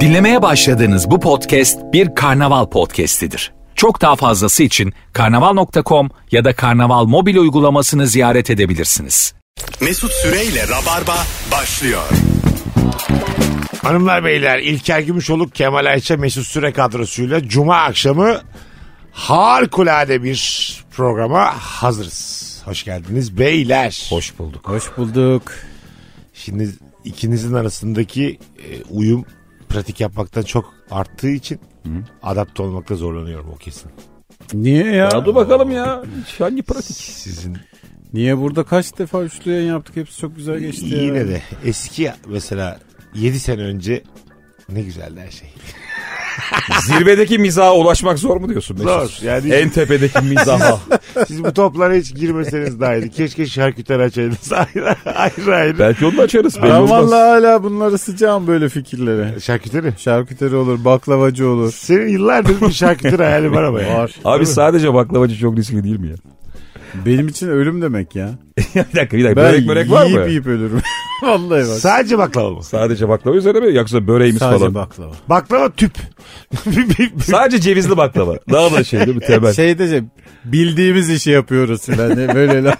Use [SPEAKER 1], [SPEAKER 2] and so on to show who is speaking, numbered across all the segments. [SPEAKER 1] Dinlemeye başladığınız bu podcast bir karnaval podcastidir. Çok daha fazlası için karnaval.com ya da karnaval mobil uygulamasını ziyaret edebilirsiniz.
[SPEAKER 2] Mesut Süreyle Rabarba başlıyor.
[SPEAKER 3] Hanımlar beyler İlker Gümüşoluk, Kemal Ayça, Mesut Süre kadrosuyla Cuma akşamı harikulade bir programa hazırız. Hoş geldiniz beyler.
[SPEAKER 4] Hoş bulduk. Hoş bulduk.
[SPEAKER 3] Şimdi ikinizin arasındaki e, uyum pratik yapmaktan çok arttığı için adapte olmakta zorlanıyorum o kesin.
[SPEAKER 4] Niye ya?
[SPEAKER 5] Ya dur bakalım ya. Hangi pratik?
[SPEAKER 3] Sizin
[SPEAKER 4] Niye burada kaç defa üçlü yayın yaptık hepsi çok güzel geçti ya.
[SPEAKER 3] yine de eski mesela 7 sene önce ne güzeldi her şey.
[SPEAKER 5] Zirvedeki mizaha ulaşmak zor mu diyorsun Mesut?
[SPEAKER 3] Zor, yani-
[SPEAKER 5] En tepedeki mizaha.
[SPEAKER 3] Siz bu toplara hiç girmeseniz daha iyiydi. Keşke şarküteri açaydınız ayrı ayrı. ayrı.
[SPEAKER 5] Belki onu da açarız. Belli
[SPEAKER 4] Ben
[SPEAKER 5] olmaz.
[SPEAKER 4] vallahi hala bunları sıcağım böyle fikirlere.
[SPEAKER 3] Şarküteri.
[SPEAKER 4] Şarküteri olur, baklavacı olur.
[SPEAKER 3] Senin yıllardır bir şarküteri hayali var ama ya.
[SPEAKER 4] Var.
[SPEAKER 5] Abi sadece baklavacı çok riskli değil mi ya?
[SPEAKER 4] Benim için ölüm demek ya.
[SPEAKER 5] bir dakika bir dakika.
[SPEAKER 4] Ben
[SPEAKER 5] E, börek börek var
[SPEAKER 4] yiyip
[SPEAKER 5] mı?
[SPEAKER 4] yiyip ölürüm. Vallahi bak.
[SPEAKER 3] Sadece baklava mı?
[SPEAKER 5] Sadece baklava üzerine mi? Yoksa böreğimiz
[SPEAKER 4] Sadece
[SPEAKER 5] falan.
[SPEAKER 4] baklava.
[SPEAKER 3] Baklava tüp. Bir- bir- bir-
[SPEAKER 5] Sadece cevizli baklava. Daha da şey değil mi temel?
[SPEAKER 4] Şeyde şey, bildiğimiz işi yapıyoruz yani böyle laf.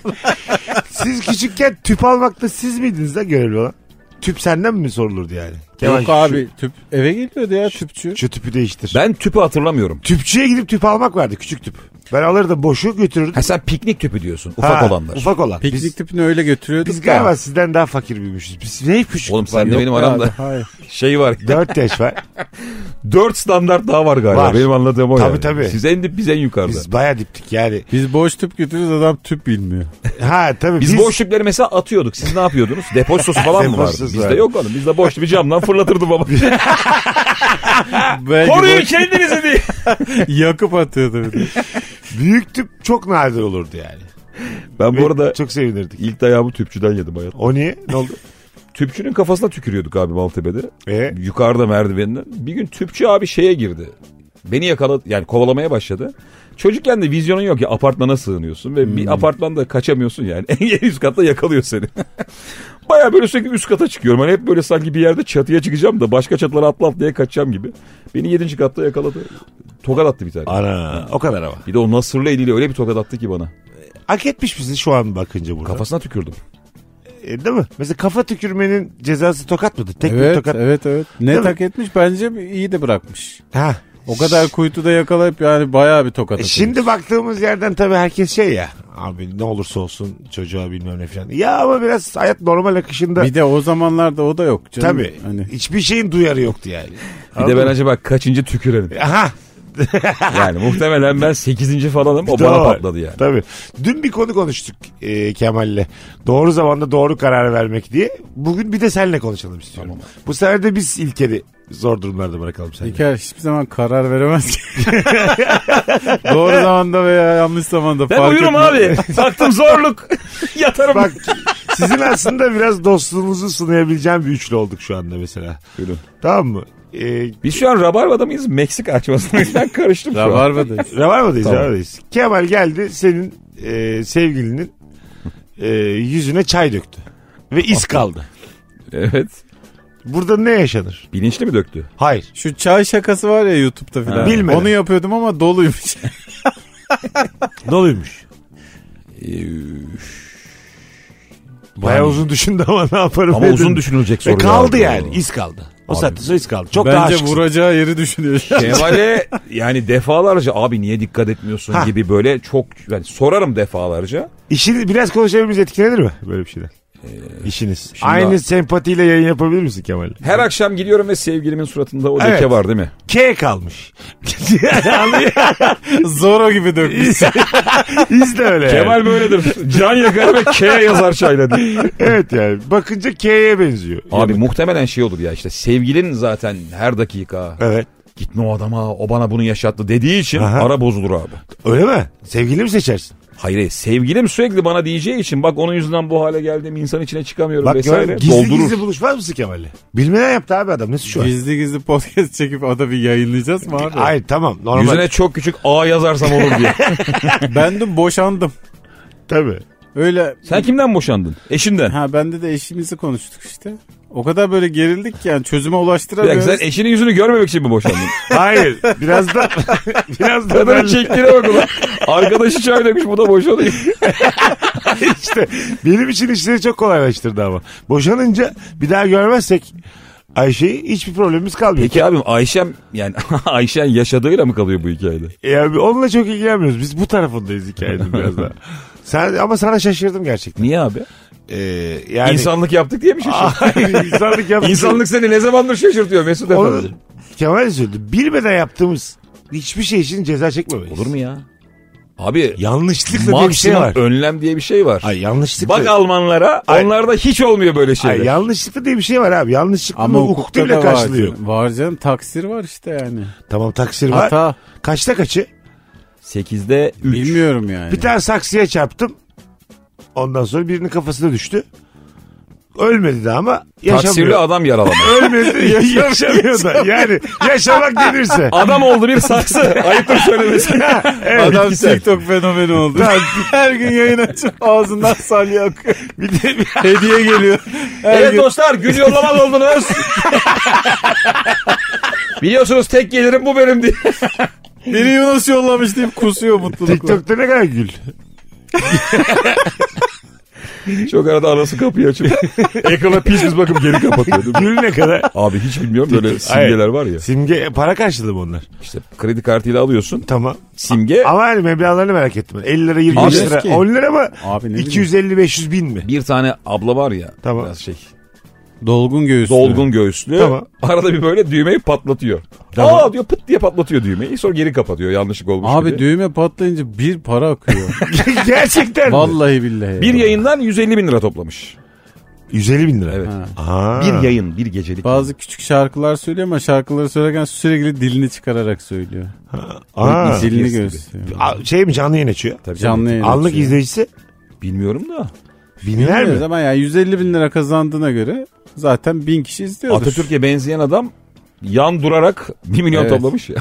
[SPEAKER 3] siz küçükken tüp almakta siz miydiniz de görevli olan? Tüp senden mi sorulurdu yani? Kemal,
[SPEAKER 4] Yok abi tüp eve geliyordu ya tüpçü.
[SPEAKER 3] Şu, şu tüpü değiştir.
[SPEAKER 5] Ben tüpü hatırlamıyorum.
[SPEAKER 3] Tüpçüye gidip tüp almak vardı küçük tüp. Ben alırdım boşu götürürdüm.
[SPEAKER 5] Ha sen piknik tüpü diyorsun. Ufak
[SPEAKER 3] Ha,
[SPEAKER 5] olanlar.
[SPEAKER 3] Ufak olan.
[SPEAKER 4] Piknik
[SPEAKER 3] biz,
[SPEAKER 4] tüpünü öyle götürüyorduk
[SPEAKER 3] biz
[SPEAKER 4] da.
[SPEAKER 3] galiba sizden daha fakir büyümüşüz. Biz ne küçük
[SPEAKER 5] Oğlum
[SPEAKER 3] tüp var?
[SPEAKER 5] sen de benim
[SPEAKER 4] Yok
[SPEAKER 5] aramda
[SPEAKER 4] abi, Hayır.
[SPEAKER 5] şey var.
[SPEAKER 3] 4 yaş var.
[SPEAKER 5] Dört standart daha var galiba.
[SPEAKER 3] Var.
[SPEAKER 5] Benim anladığım o
[SPEAKER 3] Tabii,
[SPEAKER 5] yani.
[SPEAKER 3] tabii.
[SPEAKER 5] Siz en dip biz en yukarıda. Biz,
[SPEAKER 3] Biz baya diptik yani.
[SPEAKER 4] Biz boş tüp götürüyoruz adam tüp bilmiyor.
[SPEAKER 3] Ha tabii biz,
[SPEAKER 5] boşlukları mesela atıyorduk. Siz ne yapıyordunuz? Depozitosu falan mı vardı?
[SPEAKER 3] Depozitosu
[SPEAKER 5] Bizde
[SPEAKER 3] vardı.
[SPEAKER 5] yok oğlum. Bizde boştu bir camdan fırlatırdı baba.
[SPEAKER 4] Belki
[SPEAKER 5] Koruyun
[SPEAKER 4] boş-
[SPEAKER 5] kendinizi diye.
[SPEAKER 4] yakıp atıyordu bir de.
[SPEAKER 3] büyük tüp çok nadir olurdu yani.
[SPEAKER 5] Ben bu arada
[SPEAKER 3] çok sevinirdik.
[SPEAKER 5] ilk dayağımı tüpçüden yedim hayat.
[SPEAKER 3] O niye? Ne oldu?
[SPEAKER 5] Tüpçünün kafasına tükürüyorduk abi Maltepe'de.
[SPEAKER 3] Ee?
[SPEAKER 5] Yukarıda merdivenden. Bir gün tüpçü abi şeye girdi. Beni yakaladı yani kovalamaya başladı. Çocukken de vizyonun yok ya apartmana sığınıyorsun ve bir apartmanda kaçamıyorsun yani. En üst katta yakalıyor seni. Baya böyle sürekli üst kata çıkıyorum. Hani hep böyle sanki bir yerde çatıya çıkacağım da başka çatılara atla atlaya kaçacağım gibi. Beni yedinci katta yakaladı. Tokat attı bir tane.
[SPEAKER 3] Ana o kadar ama.
[SPEAKER 5] Bir de o nasırlı eliyle öyle bir tokat attı ki bana.
[SPEAKER 3] Hak etmiş misin şu an bakınca burada?
[SPEAKER 5] Kafasına tükürdüm.
[SPEAKER 3] E, değil mi? Mesela kafa tükürmenin cezası tokat mıdır? Tek bir
[SPEAKER 4] evet,
[SPEAKER 3] tokat.
[SPEAKER 4] Evet evet.
[SPEAKER 3] Değil
[SPEAKER 4] Ne
[SPEAKER 3] mi?
[SPEAKER 4] tak etmiş bence iyi de bırakmış.
[SPEAKER 3] Ha.
[SPEAKER 4] O kadar kuytuda yakalayıp yani bayağı bir tokat
[SPEAKER 3] E,
[SPEAKER 4] atmış.
[SPEAKER 3] şimdi baktığımız yerden tabii herkes şey ya. Abi ne olursa olsun çocuğa bilmem ne falan. Ya ama biraz hayat normal akışında.
[SPEAKER 4] Bir de o zamanlarda o da yok canım.
[SPEAKER 3] tabii.
[SPEAKER 4] Hani
[SPEAKER 3] Hiçbir şeyin duyarı yoktu yani.
[SPEAKER 5] Bir de ben acaba kaçıncı tükürenim?
[SPEAKER 3] Aha.
[SPEAKER 5] Yani muhtemelen ben 8. falanım o bana
[SPEAKER 3] Doğru.
[SPEAKER 5] patladı yani.
[SPEAKER 3] Tabii. Dün bir konu konuştuk e, Kemal'le. Doğru zamanda doğru karar vermek diye. Bugün bir de seninle konuşalım istiyorum. Bu sefer de biz İlker'i zor durumlarda bırakalım seni.
[SPEAKER 4] İlker hiçbir zaman karar veremez ki. Doğru zamanda veya yanlış zamanda
[SPEAKER 5] Ben
[SPEAKER 4] fark
[SPEAKER 5] uyurum
[SPEAKER 4] etmiyor.
[SPEAKER 5] abi. Baktım zorluk. Yatarım.
[SPEAKER 3] Bak sizin aslında biraz dostluğunuzu sunayabileceğim bir üçlü olduk şu anda mesela.
[SPEAKER 5] Buyurun.
[SPEAKER 3] Tamam mı? Ee,
[SPEAKER 5] Biz şu an Rabarba'da mıyız? Meksika açmasına ben karıştım şu an.
[SPEAKER 4] Rabarba'da.
[SPEAKER 3] Rabarba'dayız,
[SPEAKER 5] Tamam.
[SPEAKER 3] Rabarba'dayız. Kemal geldi senin e, sevgilinin e, yüzüne çay döktü. Ve iz kaldı.
[SPEAKER 5] Evet.
[SPEAKER 3] Burada ne yaşanır?
[SPEAKER 5] Bilinçli mi döktü?
[SPEAKER 3] Hayır.
[SPEAKER 4] Şu çay şakası var ya YouTube'da filan.
[SPEAKER 5] Ha.
[SPEAKER 3] Bilmedim.
[SPEAKER 4] Onu yapıyordum ama doluymuş.
[SPEAKER 3] Doluymuş.
[SPEAKER 5] Ee,
[SPEAKER 3] Bayağı uzun düşündü ama ne yaparım
[SPEAKER 5] Ama
[SPEAKER 3] dedim.
[SPEAKER 5] uzun düşünülecek
[SPEAKER 3] Ve
[SPEAKER 5] soru.
[SPEAKER 3] kaldı yani. iz kaldı. O saatte sonra iz kaldı. Çok daha
[SPEAKER 4] Bence
[SPEAKER 3] aşıksın.
[SPEAKER 4] vuracağı yeri düşünüyor.
[SPEAKER 5] Kemal'e yani defalarca abi niye dikkat etmiyorsun
[SPEAKER 3] Ha.
[SPEAKER 5] gibi böyle çok yani sorarım defalarca.
[SPEAKER 3] İşini biraz konuşabiliriz etkilenir mi? Böyle bir şeyden. İşiniz.
[SPEAKER 5] şimdi-
[SPEAKER 3] Aynı sempatiyle yayın yapabilir misin Kemal?
[SPEAKER 5] Her akşam gidiyorum ve sevgilimin suratında o
[SPEAKER 3] Evet.
[SPEAKER 5] leke var değil mi?
[SPEAKER 3] K kalmış. Anlıyor.
[SPEAKER 4] Zoro gibi dökmüş.
[SPEAKER 3] İz de öyle. yani.
[SPEAKER 5] Kemal böyledir. Can yakar ve K yazar çayla diye.
[SPEAKER 3] Evet yani. Bakınca K'ye benziyor.
[SPEAKER 5] Abi muhtemelen şey olur ya işte sevgilin zaten her dakika
[SPEAKER 3] Evet.
[SPEAKER 5] gitme o adama o bana bunu yaşattı dediği için
[SPEAKER 3] Aha.
[SPEAKER 5] ara bozulur abi.
[SPEAKER 3] Öyle mi? Sevgili mi seçersin?
[SPEAKER 5] Hayır hayır, sevgilim sürekli bana diyeceği için bak onun yüzünden bu hale geldim insan içine çıkamıyorum
[SPEAKER 3] Bak
[SPEAKER 5] vesaire
[SPEAKER 3] gör, gizli
[SPEAKER 5] doldurur.
[SPEAKER 3] gizli buluşmaz mısın Kemal'le? Bilmeden yaptı abi adam. Ne suçu var?
[SPEAKER 4] gizli gizli podcast çekip ada bir yayınlayacağız mı abi?
[SPEAKER 3] Hayır tamam normal.
[SPEAKER 5] Yüzüne çok küçük A yazarsam olur diye.
[SPEAKER 4] Ben de boşandım.
[SPEAKER 3] Tabii.
[SPEAKER 4] Öyle
[SPEAKER 5] Sen kimden boşandın? Eşinden.
[SPEAKER 4] Ha bende de eşimizi konuştuk işte. O kadar böyle gerildik ki yani çözüme
[SPEAKER 5] Bir dakika
[SPEAKER 4] ulaştıramıyoruz.
[SPEAKER 5] sen eşinin yüzünü görmemek için mi boşandın?
[SPEAKER 3] Hayır. Biraz da biraz da ben
[SPEAKER 5] Kadının çektiğine bak ulan. Arkadaşı çay dökmüş bu da boşanıyor.
[SPEAKER 3] işte benim için işleri çok kolaylaştırdı ama. Boşanınca bir daha görmezsek Ayşe'yi hiçbir problemimiz kalmıyor.
[SPEAKER 5] Peki abim Ayşem yani Ayşen yaşadığıyla mı kalıyor bu hikayede?
[SPEAKER 3] Yani onunla çok ilgilenmiyoruz. Biz bu tarafındayız hikayenin biraz daha. Sen, ama sana şaşırdım gerçekten.
[SPEAKER 5] Niye abi?
[SPEAKER 3] Ee, yani...
[SPEAKER 5] İnsanlık yaptık diye mi şaşırdın?
[SPEAKER 3] Hayır, insanlık yaptık.
[SPEAKER 5] İnsanlık seni ne zamandır şaşırtıyor Mesut
[SPEAKER 3] Onu
[SPEAKER 5] Efendi.
[SPEAKER 3] Kemal de söyledi. Bilmeden yaptığımız hiçbir şey için ceza çekmemeyiz.
[SPEAKER 5] Olur mu ya? Abi
[SPEAKER 3] Yanlışlıkla diye bir şey
[SPEAKER 5] maksimum
[SPEAKER 3] var.
[SPEAKER 5] önlem diye bir şey var.
[SPEAKER 3] Ay yanlışlıkla.
[SPEAKER 5] Bak Almanlara
[SPEAKER 3] Ay.
[SPEAKER 5] onlarda hiç olmuyor böyle şeyler.
[SPEAKER 3] Ay, yanlışlıkla diye bir şey var abi. Yanlışlıkla
[SPEAKER 4] Ama
[SPEAKER 3] Ama
[SPEAKER 4] hukukta
[SPEAKER 3] hukukta bile
[SPEAKER 4] da var.
[SPEAKER 3] karşılıyor.
[SPEAKER 4] Var canım taksir var işte yani.
[SPEAKER 3] Tamam taksir var.
[SPEAKER 4] Hata.
[SPEAKER 3] Kaçta kaçı?
[SPEAKER 5] 8'de 3.
[SPEAKER 4] Bilmiyorum yani.
[SPEAKER 3] Bir tane saksıya çarptım. Ondan sonra birinin kafasına düştü. Ölmedi de ama
[SPEAKER 5] Taksirli
[SPEAKER 3] yaşamıyor.
[SPEAKER 5] adam yaralama.
[SPEAKER 3] Ölmedi yaşamıyor da. Yani yaşamak denirse.
[SPEAKER 5] adam oldu bir saksı. Ayıptır söylemesi.
[SPEAKER 4] Adam
[SPEAKER 5] bitkisel.
[SPEAKER 4] TikTok fenomeni oldu.
[SPEAKER 3] Tamam.
[SPEAKER 4] Her gün yayın açıp ağzından salya akıyor.
[SPEAKER 3] Bir de bir-
[SPEAKER 4] Hediye geliyor. Her
[SPEAKER 5] Evet
[SPEAKER 4] gün-
[SPEAKER 5] dostlar gün yollamaz oldunuz. Biliyorsunuz tek gelirim bu benim diye.
[SPEAKER 4] Beni Yunus yollamış deyip kusuyor mutlulukla.
[SPEAKER 3] TikTok'ta ne kadar gül.
[SPEAKER 5] Çok arada anası kapıyı açıp ekrana pis pis bakıp geri kapatıyordu.
[SPEAKER 3] Gül ne kadar.
[SPEAKER 5] Abi hiç bilmiyorum böyle
[SPEAKER 3] Hayır.
[SPEAKER 5] simgeler var ya.
[SPEAKER 3] Simge para karşılığı mı onlar?
[SPEAKER 5] İşte kredi kartıyla alıyorsun.
[SPEAKER 3] Tamam.
[SPEAKER 5] Simge
[SPEAKER 3] Ama hani meblağlarını merak ettim. 50 lira 20
[SPEAKER 5] Abi-
[SPEAKER 3] lira.
[SPEAKER 4] Ki.
[SPEAKER 3] 10 lira mı?
[SPEAKER 4] Abi ne
[SPEAKER 3] 250-500 bin mi?
[SPEAKER 5] bir tane abla var ya.
[SPEAKER 3] Tamam.
[SPEAKER 5] Biraz şey.
[SPEAKER 4] Dolgun göğüs.
[SPEAKER 5] Dolgun göğüslü.
[SPEAKER 3] Tamam.
[SPEAKER 5] Arada bir böyle düğmeyi patlatıyor.
[SPEAKER 3] Tamam.
[SPEAKER 5] Aa diyor pıt diye patlatıyor düğmeyi. Sonra geri kapatıyor yanlışlık olmuş
[SPEAKER 4] Abi
[SPEAKER 5] gibi.
[SPEAKER 4] düğme patlayınca bir para akıyor.
[SPEAKER 3] Gerçekten mi?
[SPEAKER 4] Vallahi billahi.
[SPEAKER 5] bir yayından 150 bin lira toplamış.
[SPEAKER 3] 150 bin lira.
[SPEAKER 5] Evet.
[SPEAKER 3] Aha.
[SPEAKER 5] Bir yayın bir gecelik.
[SPEAKER 4] Bazı küçük şarkılar söylüyor ama şarkıları söylerken sürekli dilini çıkararak söylüyor.
[SPEAKER 3] Aa.
[SPEAKER 4] dilini
[SPEAKER 5] yes gibi.
[SPEAKER 4] gösteriyor.
[SPEAKER 3] A- Şey mi canlı yayın açıyor?
[SPEAKER 5] Tabii canım.
[SPEAKER 4] Canlı yayın
[SPEAKER 3] Anlık
[SPEAKER 4] açıyor.
[SPEAKER 3] izleyicisi
[SPEAKER 5] Bilmiyorum da.
[SPEAKER 3] binler
[SPEAKER 4] Bilmiyoruz
[SPEAKER 3] mi?
[SPEAKER 4] ama yani 150 bin lira kazandığına göre zaten bin kişi izliyordur.
[SPEAKER 5] Atatürk'e benzeyen adam yan durarak 1 milyon
[SPEAKER 4] Evet.
[SPEAKER 5] toplamış ya.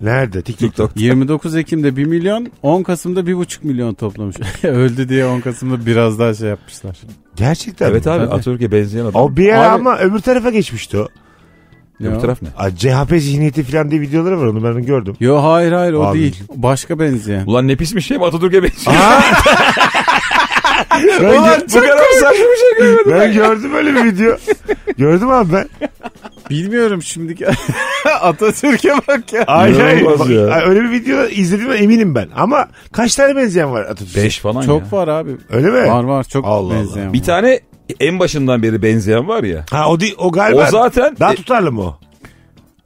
[SPEAKER 3] Nerede? TikTok'ta.
[SPEAKER 5] TikTok.
[SPEAKER 4] 29 Ekim'de 1 milyon, 10 Kasım'da 1,5 milyon toplamış. Öldü diye 10 Kasım'da biraz daha şey yapmışlar.
[SPEAKER 3] Gerçekten
[SPEAKER 5] Evet
[SPEAKER 3] mi?
[SPEAKER 5] abi
[SPEAKER 4] Tabii.
[SPEAKER 5] Atatürk'e benzeyen adam.
[SPEAKER 3] O bir ara
[SPEAKER 4] Abi-
[SPEAKER 3] ama öbür tarafa geçmişti o.
[SPEAKER 5] Öbür
[SPEAKER 4] Ya.
[SPEAKER 5] taraf ne?
[SPEAKER 3] Aa, CHP zihniyeti falan diye videoları var onu ben onu gördüm.
[SPEAKER 4] Yo hayır hayır o
[SPEAKER 3] Abi.
[SPEAKER 4] değil. Başka benzeyen.
[SPEAKER 5] Ulan ne pis bir şey mi Atatürk'e benziyor?
[SPEAKER 3] Ben, gö-
[SPEAKER 5] bu kadar saçma bir şey görmedim.
[SPEAKER 3] ben gördüm öyle bir video. gördüm abi ben.
[SPEAKER 4] Bilmiyorum şimdiki. Atatürk'e bak ya.
[SPEAKER 3] Ay, ay,
[SPEAKER 5] İnanılmaz ya.
[SPEAKER 3] Ay, öyle bir video izledim eminim ben. Ama kaç tane benzeyen var Atatürk'e?
[SPEAKER 5] 5 falan
[SPEAKER 4] Çok
[SPEAKER 5] ya.
[SPEAKER 4] var abi.
[SPEAKER 3] Öyle mi?
[SPEAKER 4] Var var çok
[SPEAKER 3] Allah Allah.
[SPEAKER 4] benzeyen. var.
[SPEAKER 5] Bir tane en başından beri benzeyen var ya.
[SPEAKER 3] Ha o, değil, o galiba.
[SPEAKER 5] O zaten-
[SPEAKER 3] Daha
[SPEAKER 5] e-
[SPEAKER 3] tutarlı mı o?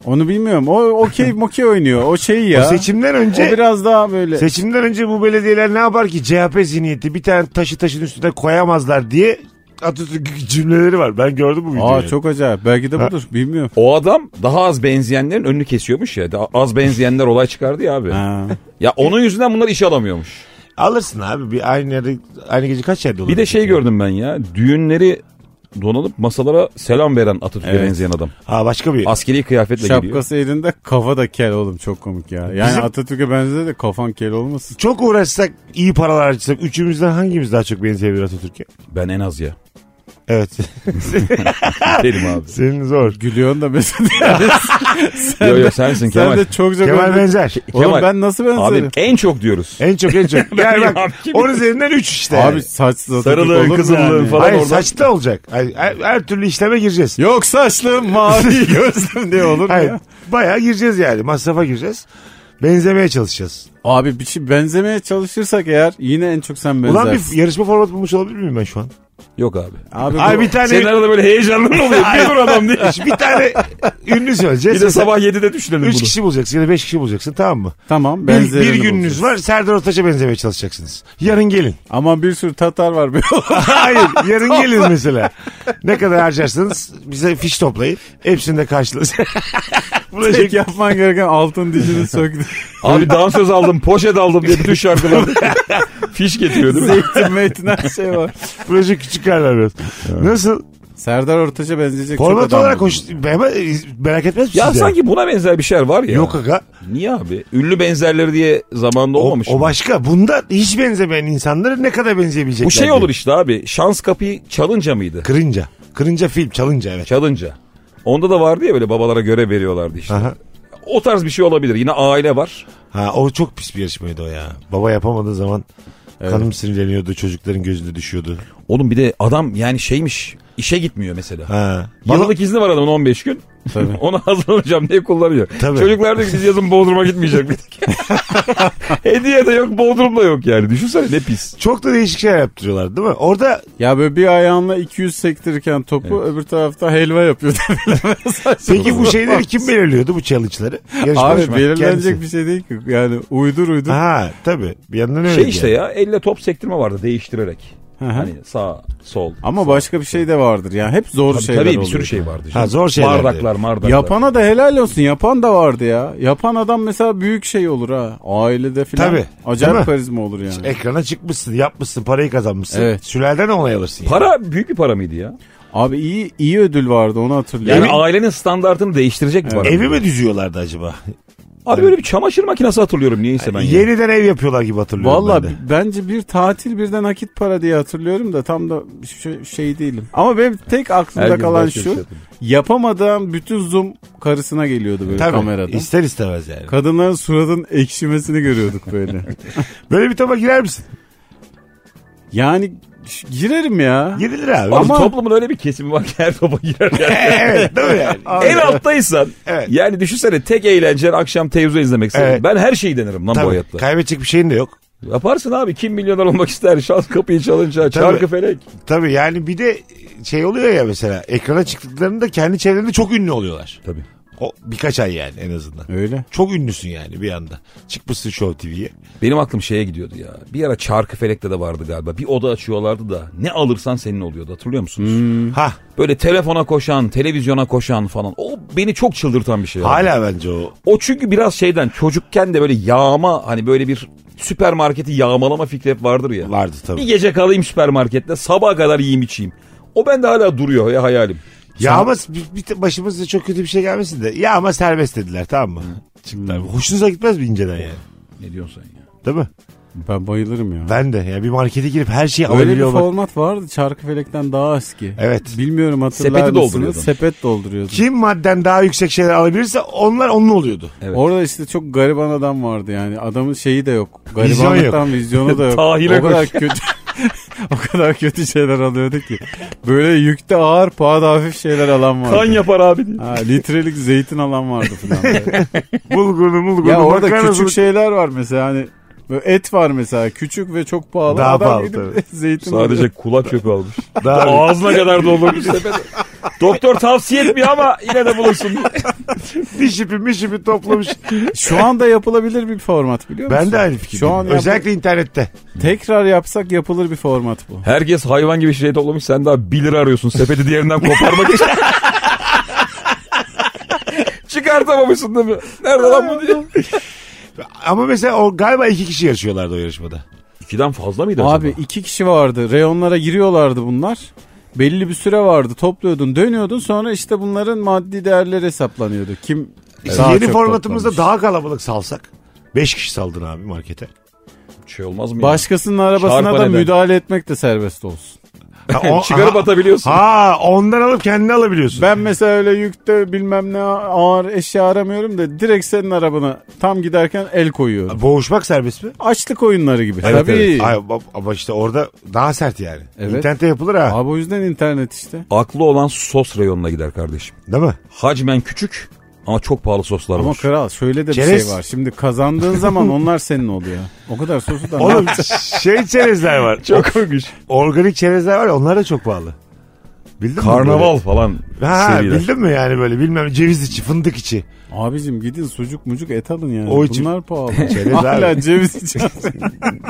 [SPEAKER 4] Onu bilmiyorum. O okey mokey oynuyor. O şey ya.
[SPEAKER 3] O seçimden önce
[SPEAKER 4] O biraz daha böyle.
[SPEAKER 3] seçimden önce bu belediyeler ne yapar ki CHP zihniyeti bir tane taşı taşın üstüne koyamazlar diye Atatürk cümleleri var. Ben gördüm bu videoyu.
[SPEAKER 4] Aa çok acayip. Belki de budur. Bilmiyorum.
[SPEAKER 5] O adam daha az benzeyenlerin önünü kesiyormuş ya. Daha az benzeyenler olay çıkardı ya abi.
[SPEAKER 4] Ha.
[SPEAKER 5] Ya onun yüzünden bunlar iş alamıyormuş.
[SPEAKER 3] Alırsın abi bir aynı yerde aynı gece kaç yerde olur?
[SPEAKER 5] Bir de şey gördüm ben ya. Düğünleri donanıp masalara selam veren Atatürk'e
[SPEAKER 4] Evet.
[SPEAKER 5] benzeyen adam.
[SPEAKER 3] Ha başka bir.
[SPEAKER 5] Askeri kıyafetle geliyor.
[SPEAKER 4] Şapkası elinde kafa da kel oğlum çok komik ya. Yani
[SPEAKER 3] Bizim-
[SPEAKER 4] Atatürk'e benzer de kafan kel olmasın.
[SPEAKER 3] çok uğraşsak iyi paralar harcasak üçümüzden hangimiz daha çok benzeyebilir Atatürk'e?
[SPEAKER 5] Ben en az ya.
[SPEAKER 3] Evet.
[SPEAKER 5] Derim abi.
[SPEAKER 3] Senin zor.
[SPEAKER 4] Gülüyorsun da mesela.
[SPEAKER 5] yo yo sensin Kemal.
[SPEAKER 4] Sen de çok çok
[SPEAKER 3] Kemal benzer.
[SPEAKER 4] Oğlum
[SPEAKER 5] Kemal.
[SPEAKER 4] ben nasıl benzerim?
[SPEAKER 5] Abi en çok diyoruz.
[SPEAKER 3] En çok en çok.
[SPEAKER 5] Ben
[SPEAKER 3] Yani bak
[SPEAKER 5] yapayım.
[SPEAKER 3] onun üzerinden 3 işte.
[SPEAKER 4] Abi
[SPEAKER 3] yani.
[SPEAKER 4] saçsız Atatürk
[SPEAKER 5] Sarılığın,
[SPEAKER 4] olur mu
[SPEAKER 5] kızıllığın
[SPEAKER 4] yani?
[SPEAKER 5] falan.
[SPEAKER 3] Hayır
[SPEAKER 5] oradan-
[SPEAKER 3] saçta olacak. Hayır, Her, her türlü işleme gireceğiz.
[SPEAKER 4] Yok saçlım mavi gözlüm diye olur mu
[SPEAKER 3] Hayır.
[SPEAKER 4] ya?
[SPEAKER 3] Bayağı gireceğiz yani. Masrafa gireceğiz. Benzemeye çalışacağız.
[SPEAKER 4] Abi bir şey benzemeye çalışırsak eğer yine en çok sen benzersin.
[SPEAKER 3] Ulan bir yarışma formatı bulmuş olabilir miyim ben şu an?
[SPEAKER 5] Yok abi.
[SPEAKER 4] Abi,
[SPEAKER 3] Ay
[SPEAKER 4] bu-
[SPEAKER 3] bir tane
[SPEAKER 5] Senin arada böyle heyecanlı mı oluyor? Bir dur adam diye.
[SPEAKER 3] bir tane ünlü söyleyeceğiz.
[SPEAKER 5] Bir de sabah 7'de düşünelim
[SPEAKER 3] 3
[SPEAKER 5] bunu.
[SPEAKER 3] kişi bulacaksın ya da 5 kişi bulacaksın tamam mı?
[SPEAKER 4] Tamam
[SPEAKER 3] Bir,
[SPEAKER 4] benzerini
[SPEAKER 3] bir gününüz
[SPEAKER 4] bulacağız.
[SPEAKER 3] var Serdar Ortaç'a benzemeye çalışacaksınız. Yarın gelin.
[SPEAKER 4] Ama bir sürü Tatar var. bir
[SPEAKER 3] Hayır yarın gelin mesela. Ne kadar harcarsanız bize fiş toplayın. Hepsini de karşılarız.
[SPEAKER 4] Tek yapman gereken altın dişini söktü.
[SPEAKER 5] Abi dansöz aldım, poşet aldım diye bütün şarkıları fiş getiriyor değil mi?
[SPEAKER 4] Zeytin meytin her şey var.
[SPEAKER 3] Proje küçük kararlarız. Nasıl?
[SPEAKER 4] Serdar Ortaç'a benzeyecek çok
[SPEAKER 3] Format
[SPEAKER 4] adam
[SPEAKER 3] olarak
[SPEAKER 4] buldum.
[SPEAKER 3] hoş, e, merak etmez misiniz?
[SPEAKER 5] Ya
[SPEAKER 3] yani?
[SPEAKER 5] sanki buna benzer bir şeyler var ya.
[SPEAKER 3] Yok aga.
[SPEAKER 5] Niye abi? Ünlü benzerleri diye zamanda
[SPEAKER 3] O,
[SPEAKER 5] olmamış.
[SPEAKER 3] o
[SPEAKER 5] mı?
[SPEAKER 3] başka. Bunda hiç benzemeyen insanları ne kadar benzeyebilecekler?
[SPEAKER 5] Bu şey
[SPEAKER 3] diye.
[SPEAKER 5] olur işte abi. Şans kapıyı çalınca mıydı?
[SPEAKER 3] Kırınca. Kırınca film çalınca evet.
[SPEAKER 5] Çalınca. Onda da vardı ya böyle babalara göre veriyorlardı işte.
[SPEAKER 3] Aha.
[SPEAKER 5] O tarz bir şey olabilir. Yine aile var.
[SPEAKER 3] Ha, o çok pis bir yarışmaydı o ya. Baba yapamadığı zaman kanım sinirleniyordu. Çocukların gözünde düşüyordu.
[SPEAKER 5] Oğlum bir de adam yani şeymiş işe gitmiyor mesela.
[SPEAKER 3] Ha. Bana-
[SPEAKER 5] Yıllık izni var adamın 15 gün. Onu hazırlanacağım diye kullanıyor.
[SPEAKER 3] Tabii.
[SPEAKER 5] Çocuklar diyor ki biz yazın Bodrum'a gitmeyecek dedik. Hediye de yok Bodrum da yok yani. Düşünsene ne pis.
[SPEAKER 3] Çok da değişik şeyler yaptırıyorlar değil mi? Orada
[SPEAKER 4] Ya böyle bir ayağınla 200 sektirirken topu öbür tarafta helva yapıyor.
[SPEAKER 3] peki bu şeyleri kim belirliyordu bu challenge'ları? Yarışmacı
[SPEAKER 4] Abi
[SPEAKER 3] mı?
[SPEAKER 4] belirlenecek
[SPEAKER 3] Kendisi.
[SPEAKER 4] bir şey değil ki. Yani uydur uydur.
[SPEAKER 3] Ha tabii. Bir yandan öyle.
[SPEAKER 5] Şey işte ya elle top sektirme vardı değiştirerek.
[SPEAKER 4] hı.
[SPEAKER 5] Hani sağ sol.
[SPEAKER 4] Ama başka bir şey de vardır ya. Hep zor
[SPEAKER 5] Tabii,
[SPEAKER 4] şeyler
[SPEAKER 5] tabii bir
[SPEAKER 4] oluyor.
[SPEAKER 5] sürü şey vardı.
[SPEAKER 3] Ha, zor şeylerdi.
[SPEAKER 5] Bardaklar mardaklar.
[SPEAKER 4] Yapana da helal olsun. Yapan da vardı ya. Yapan adam mesela büyük şey olur ha. Ailede filan.
[SPEAKER 3] Tabii. Değil mi?
[SPEAKER 4] Acayip karizma olur yani.
[SPEAKER 3] Ekrana çıkmışsın, yapmışsın, parayı kazanmışsın.
[SPEAKER 4] Evet.
[SPEAKER 3] Sülalden onay alırsın. yani.
[SPEAKER 5] Para büyük bir para mıydı ya?
[SPEAKER 4] Abi iyi iyi ödül vardı onu hatırlıyorum.
[SPEAKER 5] Yani ailenin standartını değiştirecek bir para.
[SPEAKER 3] Evi mi düzüyorlardı acaba?
[SPEAKER 5] Abi böyle bir çamaşır makinesi hatırlıyorum niyeyse ben. ya.
[SPEAKER 3] Yeniden ev yapıyorlar gibi hatırlıyorum
[SPEAKER 4] Valla
[SPEAKER 3] ben de.
[SPEAKER 4] b- bence bir tatil birden nakit para diye hatırlıyorum da tam da şey, şey değilim. Ama benim tek aklımda
[SPEAKER 5] Her gün
[SPEAKER 4] kalan
[SPEAKER 5] başka bir şey
[SPEAKER 4] şu
[SPEAKER 5] hatırlıyorum. yapamadığım bütün zoom karısına geliyordu böyle
[SPEAKER 3] Tabii.
[SPEAKER 4] kamerada.
[SPEAKER 3] İster istemez yani.
[SPEAKER 4] Kadınların suratın ekşimesini görüyorduk böyle.
[SPEAKER 3] Böyle bir topa girer misin?
[SPEAKER 4] yani ş- girerim ya.
[SPEAKER 3] Girilir abi.
[SPEAKER 5] Oğlum
[SPEAKER 4] Ama-
[SPEAKER 5] toplumun öyle bir kesimi var ki her topa girer yani.
[SPEAKER 3] evet değil mi yani?
[SPEAKER 5] en alttaysan
[SPEAKER 3] Evet.
[SPEAKER 5] yani düşünsene tek eğlencen akşam televizyon izlemek senin.
[SPEAKER 3] Evet.
[SPEAKER 5] Ben her şeyi denerim lan bu
[SPEAKER 3] Tabii,
[SPEAKER 5] hayatta.
[SPEAKER 3] kaybedecek bir şeyin de yok.
[SPEAKER 5] Yaparsın abi kim milyoner olmak ister şans kapıyı çalınca çarkı felek.
[SPEAKER 3] Tabii yani bir de şey oluyor ya mesela ekrana çıktıklarında kendi çevrelerinde çok ünlü oluyorlar.
[SPEAKER 5] Tabii.
[SPEAKER 3] O birkaç ay yani en azından.
[SPEAKER 4] Öyle.
[SPEAKER 3] Çok ünlüsün yani bir anda. Çıkmışsın Show TV'ye.
[SPEAKER 5] Benim aklım şeye gidiyordu ya. Bir ara çarkı felekte de vardı galiba. Bir oda açıyorlardı da ne alırsan senin oluyordu hatırlıyor musunuz?
[SPEAKER 3] Ha
[SPEAKER 5] Böyle telefona koşan, televizyona koşan falan. O beni çok çıldırtan bir şey. abi.
[SPEAKER 3] hala bence o.
[SPEAKER 5] O çünkü biraz şeyden çocukken de böyle yağma hani böyle bir süpermarketi yağmalama fikri hep vardır ya.
[SPEAKER 3] Vardı tabii.
[SPEAKER 5] Bir gece kalayım süpermarkette sabaha kadar yiyeyim içeyim. O bende hala duruyor ya hayalim.
[SPEAKER 3] Ya ama bir, bir- başımıza çok kötü bir şey gelmesin de. Ya ama serbest dediler tamam mı? Çıktılar. Hoşunuza gitmez mi inceden yani?
[SPEAKER 5] Ne diyorsun sen ya?
[SPEAKER 3] Değil mi?
[SPEAKER 4] Ben bayılırım ya.
[SPEAKER 3] Ben de. Ya bir markete girip her şeyi
[SPEAKER 4] Öyle bir
[SPEAKER 3] alabiliyor olmak.
[SPEAKER 4] format vardı Çarkıfelek'ten daha eski.
[SPEAKER 3] Evet.
[SPEAKER 4] Bilmiyorum hatırlar
[SPEAKER 5] Sepeti
[SPEAKER 4] mısınız?
[SPEAKER 5] dolduruyordun.
[SPEAKER 4] Sepet dolduruyordun.
[SPEAKER 3] Kim madden daha yüksek şeyler alabilirse onlar onun oluyordu.
[SPEAKER 5] Evet.
[SPEAKER 4] Orada işte çok gariban adam vardı yani. Adamın şeyi de yok.
[SPEAKER 3] Vizyon
[SPEAKER 4] Garibanlıktan vizyonu da yok.
[SPEAKER 5] Tahile
[SPEAKER 4] o kadar kötü. o kadar kötü şeyler alıyordu ki. Böyle yükte ağır, pahada hafif şeyler alan vardı.
[SPEAKER 5] Kan yapar abi diye.
[SPEAKER 4] Ha, litrelik zeytin alan vardı falan.
[SPEAKER 3] Bulgurlu mulgurlu.
[SPEAKER 4] ya orada
[SPEAKER 3] makarnasını-
[SPEAKER 4] küçük şeyler var mesela hani böyle et var mesela küçük ve çok pahalı.
[SPEAKER 3] Daha
[SPEAKER 4] Adam
[SPEAKER 3] pahalı
[SPEAKER 4] gidip
[SPEAKER 3] tabii.
[SPEAKER 4] zeytin
[SPEAKER 5] Sadece
[SPEAKER 4] alıyor.
[SPEAKER 5] kulak çöpü almış.
[SPEAKER 3] Daha-
[SPEAKER 5] Ağzına kadar doldurmuş sepeti. Doktor tavsiye etmiyor ama yine de bulursun.
[SPEAKER 4] şey-
[SPEAKER 3] bir şipi bir şipi toplamış.
[SPEAKER 4] Şu anda yapılabilir bir format biliyor musun?
[SPEAKER 3] ben de aynı fikirdeyim.
[SPEAKER 4] Şu an yapı-
[SPEAKER 3] Özellikle internette.
[SPEAKER 4] tekrar yapsak yapılır bir format bu.
[SPEAKER 5] Herkes hayvan gibi şey toplamış sen daha 1 lira arıyorsun sepeti diğerinden koparmak için. Çıkartamamışsın değil mi? Nerede lan bu diye.
[SPEAKER 3] Ama mesela o galiba iki kişi yarışıyorlardı o yarışmada.
[SPEAKER 5] İkiden fazla mıydı
[SPEAKER 4] Abi iki kişi vardı. Reyonlara giriyorlardı bunlar. Belli bir süre vardı. Topluyordun, dönüyordun. Sonra işte bunların maddi değerleri hesaplanıyordu. Kim daha
[SPEAKER 3] Yeni
[SPEAKER 4] çok
[SPEAKER 3] formatımızda
[SPEAKER 4] toplamış.
[SPEAKER 3] daha kalabalık salsak. Beş kişi saldın abi markete.
[SPEAKER 5] Şey olmaz mı?
[SPEAKER 4] başkasının arabasına
[SPEAKER 5] Çarpan
[SPEAKER 4] da
[SPEAKER 5] eden.
[SPEAKER 4] müdahale etmek de serbest olsun.
[SPEAKER 3] Ha,
[SPEAKER 5] ya?
[SPEAKER 3] o-
[SPEAKER 5] Çıkarıp
[SPEAKER 3] aha.
[SPEAKER 5] atabiliyorsun.
[SPEAKER 3] Ha ondan alıp kendini alabiliyorsun.
[SPEAKER 4] Ben mesela öyle yükte bilmem ne ağır eşya aramıyorum da direkt senin arabana tam giderken el koyuyorum.
[SPEAKER 3] Boğuşmak serbest mi?
[SPEAKER 4] Açlık oyunları gibi. Tabii.
[SPEAKER 3] Ay, ba- ama işte orada daha sert yani.
[SPEAKER 4] Evet.
[SPEAKER 3] İnternette yapılır ha.
[SPEAKER 4] Abi o yüzden internet işte.
[SPEAKER 5] Aklı olan sos reyonuna gider kardeşim.
[SPEAKER 3] Değil mi?
[SPEAKER 5] Hacmen küçük ama çok pahalı soslar
[SPEAKER 4] Ama
[SPEAKER 5] var.
[SPEAKER 4] kral şöyle de bir
[SPEAKER 3] Çerez.
[SPEAKER 4] şey var. Şimdi kazandığın zaman onlar senin oluyor. O kadar sosu da
[SPEAKER 3] Oğlum şey çerezler var.
[SPEAKER 5] Çok korkunç.
[SPEAKER 3] Organik çerezler var ya onlar da çok pahalı. Bildin
[SPEAKER 5] Karnaval
[SPEAKER 3] mi?
[SPEAKER 5] falan
[SPEAKER 3] böyle? Ha,
[SPEAKER 5] seriler.
[SPEAKER 3] bildin mi yani böyle bilmem ceviz içi fındık içi.
[SPEAKER 4] Abicim gidin sucuk mucuk et alın yani.
[SPEAKER 3] O için-
[SPEAKER 4] Bunlar pahalı.
[SPEAKER 3] Çerez abi.
[SPEAKER 4] Hala ceviz için.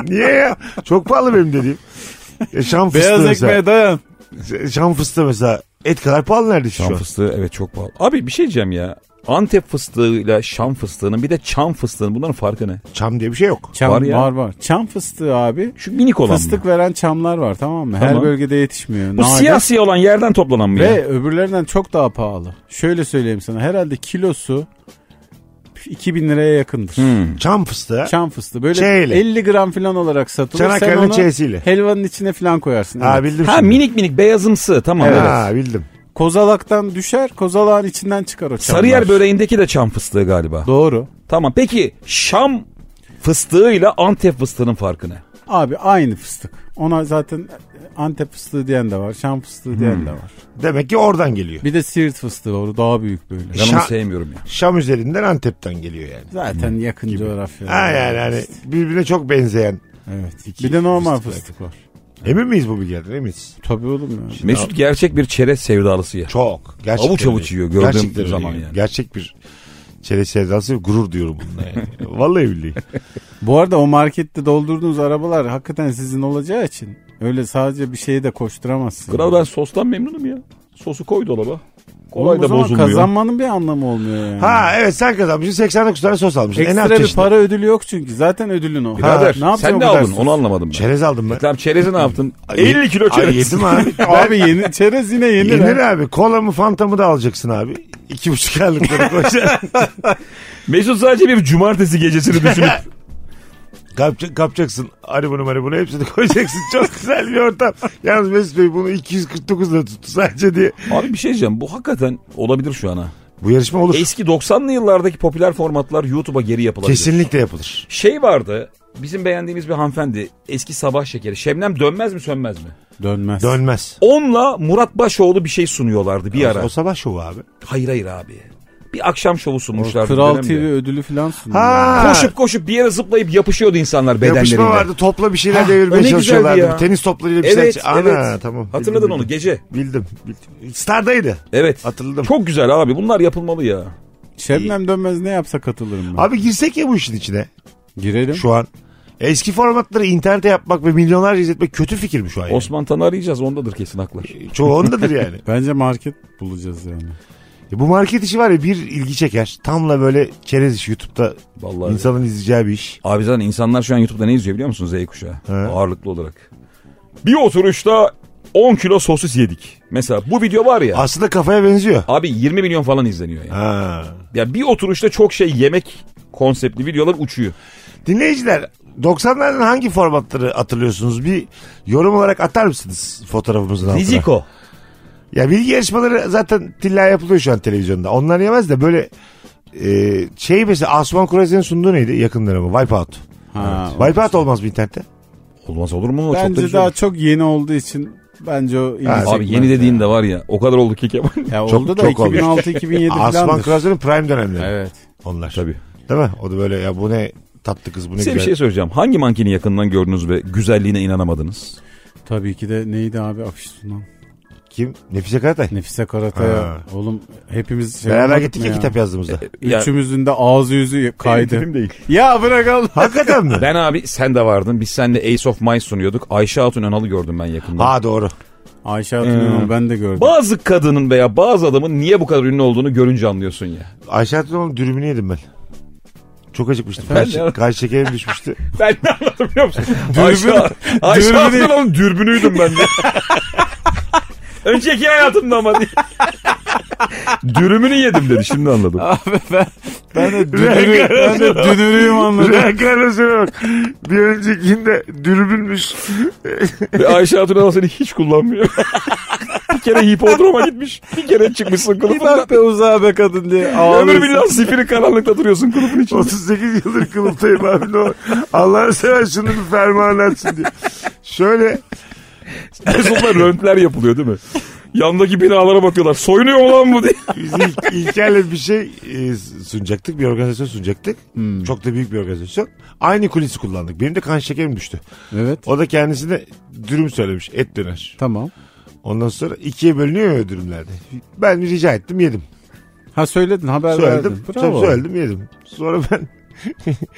[SPEAKER 3] Niye ya? Çok pahalı benim dediğim. E, şam fıstığı
[SPEAKER 4] Beyaz
[SPEAKER 3] mesela. E,
[SPEAKER 4] ekmeğe dayan.
[SPEAKER 3] Şam fıstığı mesela. Et kadar pahalı neredeyse
[SPEAKER 5] Şam
[SPEAKER 3] şu an.
[SPEAKER 5] fıstığı evet çok pahalı. Abi bir şey diyeceğim ya. Antep fıstığıyla şam fıstığının bir de çam fıstığının bunların farkı ne?
[SPEAKER 3] Çam diye bir şey yok.
[SPEAKER 4] Çam
[SPEAKER 5] Var
[SPEAKER 4] var,
[SPEAKER 5] ya.
[SPEAKER 4] var Çam fıstığı abi.
[SPEAKER 5] Şu minik olan
[SPEAKER 4] Fıstık
[SPEAKER 5] mı?
[SPEAKER 4] veren çamlar var tamam mı?
[SPEAKER 5] Tamam.
[SPEAKER 4] Her bölgede yetişmiyor.
[SPEAKER 5] Bu
[SPEAKER 4] Nadir.
[SPEAKER 5] siyah siyah olan yerden toplanan mı ya?
[SPEAKER 4] Ve öbürlerinden çok daha pahalı. Şöyle söyleyeyim sana. Herhalde kilosu 2000 liraya yakındır.
[SPEAKER 5] Hmm.
[SPEAKER 3] Çam fıstığı.
[SPEAKER 4] Çam fıstığı böyle
[SPEAKER 3] Çeyle.
[SPEAKER 4] 50 gram falan olarak satılır.
[SPEAKER 3] Çanakkale'nin
[SPEAKER 4] Sen onu
[SPEAKER 3] çeyiziyle.
[SPEAKER 4] helvanın içine falan koyarsın.
[SPEAKER 3] Ha
[SPEAKER 4] Evet.
[SPEAKER 3] bildim
[SPEAKER 5] Ha
[SPEAKER 3] şimdi.
[SPEAKER 5] minik minik beyazımsı tamam. Evet.
[SPEAKER 3] Ha bildim.
[SPEAKER 4] Kozalaktan düşer, kozalağın içinden çıkar o çamlar.
[SPEAKER 5] Sarıyer böreğindeki de çam fıstığı galiba.
[SPEAKER 4] Doğru.
[SPEAKER 5] Tamam peki Şam fıstığıyla Antep fıstığının farkı ne?
[SPEAKER 4] Abi aynı fıstık. Ona zaten Antep fıstığı diyen de var, Şam fıstığı diyen de var.
[SPEAKER 3] Demek ki oradan geliyor.
[SPEAKER 4] Bir de Siirt fıstığı var, o daha büyük böyle.
[SPEAKER 5] Ben onu
[SPEAKER 3] Şa-
[SPEAKER 5] sevmiyorum ya.
[SPEAKER 3] Şam üzerinden Antep'ten geliyor yani.
[SPEAKER 4] Zaten yakın coğrafya.
[SPEAKER 3] Ha yani hani birbirine çok benzeyen.
[SPEAKER 4] Evet. bir de normal
[SPEAKER 3] fıstık
[SPEAKER 4] fıstık, var.
[SPEAKER 3] Emin miyiz bu bilgiden? Eminiz.
[SPEAKER 4] Tabii oğlum ya.
[SPEAKER 5] Mesut gerçek bir çerez sevdalısı ya.
[SPEAKER 3] Çok. Gerçekten
[SPEAKER 5] Avuç avuç
[SPEAKER 3] öyle.
[SPEAKER 5] yiyor gördüğüm
[SPEAKER 3] Gerçekten öyle
[SPEAKER 5] zaman
[SPEAKER 3] yiyor.
[SPEAKER 5] yani.
[SPEAKER 3] Gerçek bir çerez sevdası gurur diyorum bununla yani. Vallahi billahi.
[SPEAKER 4] Bu arada o markette doldurduğunuz arabalar hakikaten sizin olacağı için öyle sadece bir şeye de koşturamazsın.
[SPEAKER 5] Kral ben sostan memnunum ya. Sosu koy dolaba.
[SPEAKER 4] Oğlum
[SPEAKER 5] Kolay
[SPEAKER 4] o
[SPEAKER 5] da
[SPEAKER 4] zaman
[SPEAKER 5] bozulmuyor.
[SPEAKER 4] kazanmanın bir anlamı olmuyor yani.
[SPEAKER 3] Ha evet sen kazanmışsın 89 tane sos almışsın. E, ne
[SPEAKER 4] Ekstra bir
[SPEAKER 3] yapacaksın?
[SPEAKER 4] para ödülü yok çünkü. Zaten ödülün o.
[SPEAKER 5] Birader
[SPEAKER 4] Ha, yapacaksın
[SPEAKER 5] sen
[SPEAKER 4] o
[SPEAKER 5] ne
[SPEAKER 4] kadar
[SPEAKER 5] aldın
[SPEAKER 4] sos?
[SPEAKER 5] onu anlamadım ben.
[SPEAKER 3] Çerez aldım ben.
[SPEAKER 5] Tamam çerezi ne yaptın?
[SPEAKER 3] Ay,
[SPEAKER 5] 50 kilo
[SPEAKER 3] Ay
[SPEAKER 5] çerez.
[SPEAKER 3] yedim abi.
[SPEAKER 4] Abi yeni çerez yine yeni.
[SPEAKER 3] Yenir abi. Kola mı fanta mı da alacaksın abi. İki buçuk aylıkları koyacaksın.
[SPEAKER 5] Mesut sadece bir cumartesi gecesini düşünüp
[SPEAKER 3] Kapça, kapacaksın. Aribunu maribunu hepsini koyacaksın. Çok güzel bir ortam. Yalnız Mesut Bey bunu 249 lira tuttu sadece diye.
[SPEAKER 5] Abi bir şey diyeceğim bu hakikaten olabilir şu an ha.
[SPEAKER 3] Bu yarışma olur.
[SPEAKER 5] Eski 90'lı yıllardaki popüler formatlar YouTube'a geri yapılabilir.
[SPEAKER 3] Kesinlikle yapılır.
[SPEAKER 5] Şey vardı bizim beğendiğimiz bir hanımefendi eski sabah şekeri Şebnem dönmez mi sönmez mi?
[SPEAKER 4] Dönmez.
[SPEAKER 3] Dönmez.
[SPEAKER 5] Onunla Murat Başoğlu bir şey sunuyorlardı bir ara.
[SPEAKER 3] O sabah şovu abi.
[SPEAKER 5] Hayır hayır abi. Bir akşam şovu sunmuşlardı.
[SPEAKER 4] Kral
[SPEAKER 5] dönemde.
[SPEAKER 4] TV ödülü falan sunuyor.
[SPEAKER 3] Ha.
[SPEAKER 5] Koşup koşup bir yere zıplayıp yapışıyordu insanlar bedenlerinde.
[SPEAKER 3] Yapışma vardı topla bir şeyler
[SPEAKER 5] Ah, o
[SPEAKER 3] devirmeye
[SPEAKER 5] ne güzeldi
[SPEAKER 3] çalışıyorlardı.
[SPEAKER 5] ya.
[SPEAKER 3] Tenis toplarıyla bir
[SPEAKER 5] Evet,
[SPEAKER 3] şeyler. Ana
[SPEAKER 5] evet.
[SPEAKER 3] tamam.
[SPEAKER 5] Hatırladın
[SPEAKER 3] Bildim,
[SPEAKER 5] onu
[SPEAKER 3] bildim.
[SPEAKER 5] gece.
[SPEAKER 3] Bildim, bildim. Star'daydı.
[SPEAKER 5] Evet.
[SPEAKER 3] Hatırladım.
[SPEAKER 5] Çok güzel abi bunlar yapılmalı ya.
[SPEAKER 4] Şebnem Dönmez ne yapsa katılırım ben.
[SPEAKER 3] Abi girsek ya bu işin içine
[SPEAKER 4] Girelim.
[SPEAKER 3] şu an. Eski formatları internete yapmak ve milyonlarca izletmek kötü fikir mi şu an? yani?
[SPEAKER 5] Osman Tan'ı arayacağız ondadır kesin haklar.
[SPEAKER 3] Çoğu ondadır yani.
[SPEAKER 4] Bence market bulacağız yani.
[SPEAKER 3] E bu market işi var ya bir ilgi çeker. Tamla böyle çerez işi YouTube'da
[SPEAKER 5] Vallahi.
[SPEAKER 3] insanın izleyeceği bir iş.
[SPEAKER 5] Abi zaten insanlar şu an YouTube'da ne izliyor biliyor musunuz Z kuşağı?
[SPEAKER 3] He.
[SPEAKER 5] Ağırlıklı olarak. Bir oturuşta 10 kilo sosis yedik. Mesela bu video var ya.
[SPEAKER 3] Aslında kafaya benziyor.
[SPEAKER 5] Abi 20 milyon falan izleniyor yani.
[SPEAKER 3] Ha.
[SPEAKER 5] Ya bir oturuşta çok şey yemek konseptli videolar uçuyor.
[SPEAKER 3] Dinleyiciler 90'lardan hangi formatları hatırlıyorsunuz? Bir yorum olarak atar mısınız fotoğrafımızın altına?
[SPEAKER 5] Riziko.
[SPEAKER 3] Ya bilgi yarışmaları zaten tilla yapılıyor şu an televizyonda. Onlar yemez de böyle e, şey mesela Asuman Kurazi'nin sunduğu neydi yakınları mı? Wipeout.
[SPEAKER 4] Ha, o-
[SPEAKER 3] Wipeout olmaz mı internette?
[SPEAKER 5] Olmaz olur mu? Çok da
[SPEAKER 4] Bence
[SPEAKER 5] güzel
[SPEAKER 4] daha
[SPEAKER 5] olur.
[SPEAKER 4] çok yeni olduğu için bence o ilgi
[SPEAKER 3] Evet.
[SPEAKER 5] Abi yeni dediğin de var ya o kadar oldu ki Kemal.
[SPEAKER 4] Ya
[SPEAKER 3] Çok-
[SPEAKER 4] oldu da
[SPEAKER 3] çok oldu.
[SPEAKER 4] 2006-2007
[SPEAKER 3] Asuman
[SPEAKER 4] falan.
[SPEAKER 3] Kurazi'nin prime dönemleri
[SPEAKER 4] Evet.
[SPEAKER 3] onlar.
[SPEAKER 5] Tabii.
[SPEAKER 3] Değil mi? O da böyle ya bu ne tatlı kız bu ne
[SPEAKER 5] Size bir
[SPEAKER 3] güzel.
[SPEAKER 5] şey söyleyeceğim. Hangi mankeni yakından gördünüz ve güzelliğine inanamadınız?
[SPEAKER 4] Tabii ki de neydi abi afiş sunan.
[SPEAKER 3] Kim? Nefise Karatay.
[SPEAKER 4] Nefise Karataya.
[SPEAKER 3] Ha.
[SPEAKER 4] Oğlum hepimiz şey
[SPEAKER 3] Beraber
[SPEAKER 4] yapmadık
[SPEAKER 3] gittik
[SPEAKER 4] mı
[SPEAKER 3] ya kitap yazdığımızda.
[SPEAKER 5] Ya,
[SPEAKER 4] Üçümüzün de ağzı yüzü kaydı.
[SPEAKER 5] tipim değil.
[SPEAKER 4] Ya bırak Allah.
[SPEAKER 3] Hakikaten mi?
[SPEAKER 5] Ben abi sen de vardın. Biz seninle Ace of Mice sunuyorduk. Ayşe Hatun Önal'ı gördüm ben yakından.
[SPEAKER 3] Ha doğru.
[SPEAKER 4] Ayşe
[SPEAKER 5] Hmm.
[SPEAKER 4] Hatun Hanım'ı ben de gördüm.
[SPEAKER 5] Bazı kadının veya bazı adamın niye bu kadar ünlü olduğunu görünce anlıyorsun ya.
[SPEAKER 3] Ayşe Hatun'un dürümünü yedim ben. Çok acıkmıştım. Kaç,
[SPEAKER 5] ya.
[SPEAKER 3] kaç şekerim düşmüştü.
[SPEAKER 5] Ben ne anladım biliyor musun? Ayşe, Ayşe
[SPEAKER 4] dürbünü-
[SPEAKER 5] Hatun dürbünüydüm ben de. Önceki hayatımda ama diye. Dürümünü yedim dedi şimdi anladım.
[SPEAKER 4] Ben de dünürü, ben de dünürüyüm anladım.
[SPEAKER 3] Rengarasına bak. Bir öncekinde dürbünmüş.
[SPEAKER 5] Ve Ayşe Hatun Önal seni hiç kullanmıyor. bir kere hipodroma gitmiş. Bir kere çıkmışsın
[SPEAKER 4] Bir
[SPEAKER 5] kılıfından.
[SPEAKER 4] bak be uzağa be kadın diye
[SPEAKER 5] Ömür
[SPEAKER 4] ağlıyorsun.
[SPEAKER 5] billah sifiri karanlıkta duruyorsun kılıfın içinde.
[SPEAKER 3] 38 yıldır kılıftayım abi. Ne olur. Allah'ını seven şunu bir fermanı açsın diye. Şöyle
[SPEAKER 5] Mesut'la röntler yapılıyor değil mi? Yandaki binalara bakıyorlar. Soyunuyor mu lan bu diye.
[SPEAKER 3] biz İl- İlker'le bir şey e, sunacaktık. Bir organizasyon sunacaktık. Çok da büyük bir organizasyon. Aynı kulisi kullandık. Benim de kan şekerim düştü.
[SPEAKER 4] Evet.
[SPEAKER 3] O da kendisine dürüm söylemiş. Et döner.
[SPEAKER 4] Tamam.
[SPEAKER 3] Ondan sonra ikiye bölünüyor ya dürümlerde. Ben rica ettim yedim.
[SPEAKER 4] Ha söyledin haber
[SPEAKER 3] Söyledim.
[SPEAKER 4] verdin.
[SPEAKER 3] Tabii söyledim yedim. Sonra ben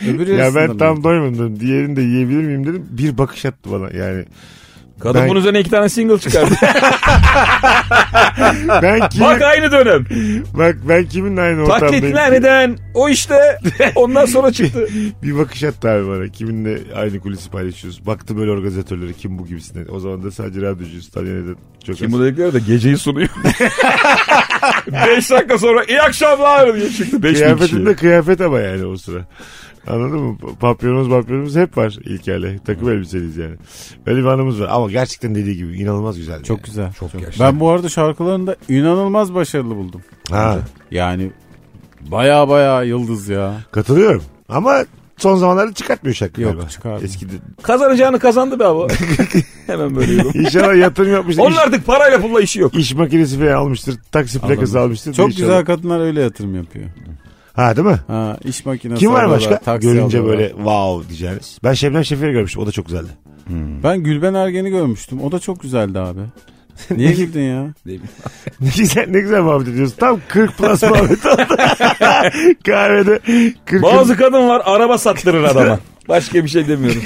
[SPEAKER 4] Öbürü
[SPEAKER 3] ya
[SPEAKER 4] arasında
[SPEAKER 3] ben tam
[SPEAKER 4] mı?
[SPEAKER 3] doymadım dedim. Diğerini de yiyebilir miyim dedim. Bir bakış attı bana yani.
[SPEAKER 5] Kadın
[SPEAKER 3] Ben-
[SPEAKER 5] bunun üzerine iki tane single çıkardı.
[SPEAKER 3] Ben kimin,
[SPEAKER 5] Bak aynı dönem.
[SPEAKER 3] bak ben kimin aynı ortamdayım.
[SPEAKER 5] Taklitlerden o işte ondan sonra çıktı.
[SPEAKER 3] Bir bakış attı abi bana. Kiminle aynı kulisi paylaşıyoruz. Baktı böyle organizatörleri kim bu gibisine. O zaman da sadece radyocuyuz. Tabii neden çok
[SPEAKER 5] Kim
[SPEAKER 3] az.
[SPEAKER 5] bu dedikleri de geceyi sunuyor. 5 dakika sonra iyi akşamlar diye çıktı 5 bin kişi.
[SPEAKER 3] Kıyafetinde kıyafet ama yani o sıra. Anladın mı? Papyonumuz papyonumuz hep var İlker'le. Takım elbiseliyiz yani. Öyle bir anımız var. Ama gerçekten dediği gibi inanılmaz güzeldi.
[SPEAKER 4] Çok güzel.
[SPEAKER 5] Çok gerçekten.
[SPEAKER 4] Ben bu arada şarkılarını da inanılmaz başarılı buldum.
[SPEAKER 3] Ha,
[SPEAKER 4] Yani baya baya yıldız ya.
[SPEAKER 3] katılıyorum. Ama son zamanlarda çıkartmıyor şarkı
[SPEAKER 4] Yok,
[SPEAKER 3] galiba.
[SPEAKER 4] çıkarmıyor.
[SPEAKER 3] Eskide.
[SPEAKER 5] Kazanacağını kazandı be abi. Hemen böyle yorum.
[SPEAKER 3] İnşallah yatırım yapmıştır.
[SPEAKER 5] Onun artık parayla pulla işi yok.
[SPEAKER 3] İş, iş makinesi falan almıştır. Taksi plakası almıştır. da
[SPEAKER 4] Çok
[SPEAKER 3] inşallah.
[SPEAKER 4] güzel kadınlar öyle yatırım yapıyor.
[SPEAKER 3] Ha değil mi?
[SPEAKER 4] Ha iş makinesi
[SPEAKER 3] Kim var
[SPEAKER 4] alıyorlar,
[SPEAKER 3] başka?
[SPEAKER 4] taksi
[SPEAKER 3] Görünce
[SPEAKER 4] alıyorlar.
[SPEAKER 3] böyle wow diyeceğiniz. Ben Şebnem Şefir'i görmüştüm. O da çok güzeldi.
[SPEAKER 4] Ben Gülben Ergen'i görmüştüm. O da çok güzeldi abi. Niye girdin ya?
[SPEAKER 3] Ne güzel, ne güzel muhabbet ediyorsun. Tam 40 plus muhabbet oldu. Kahvede 40
[SPEAKER 5] Bazı kadın var araba sattırır adama. Başka bir şey demiyorum.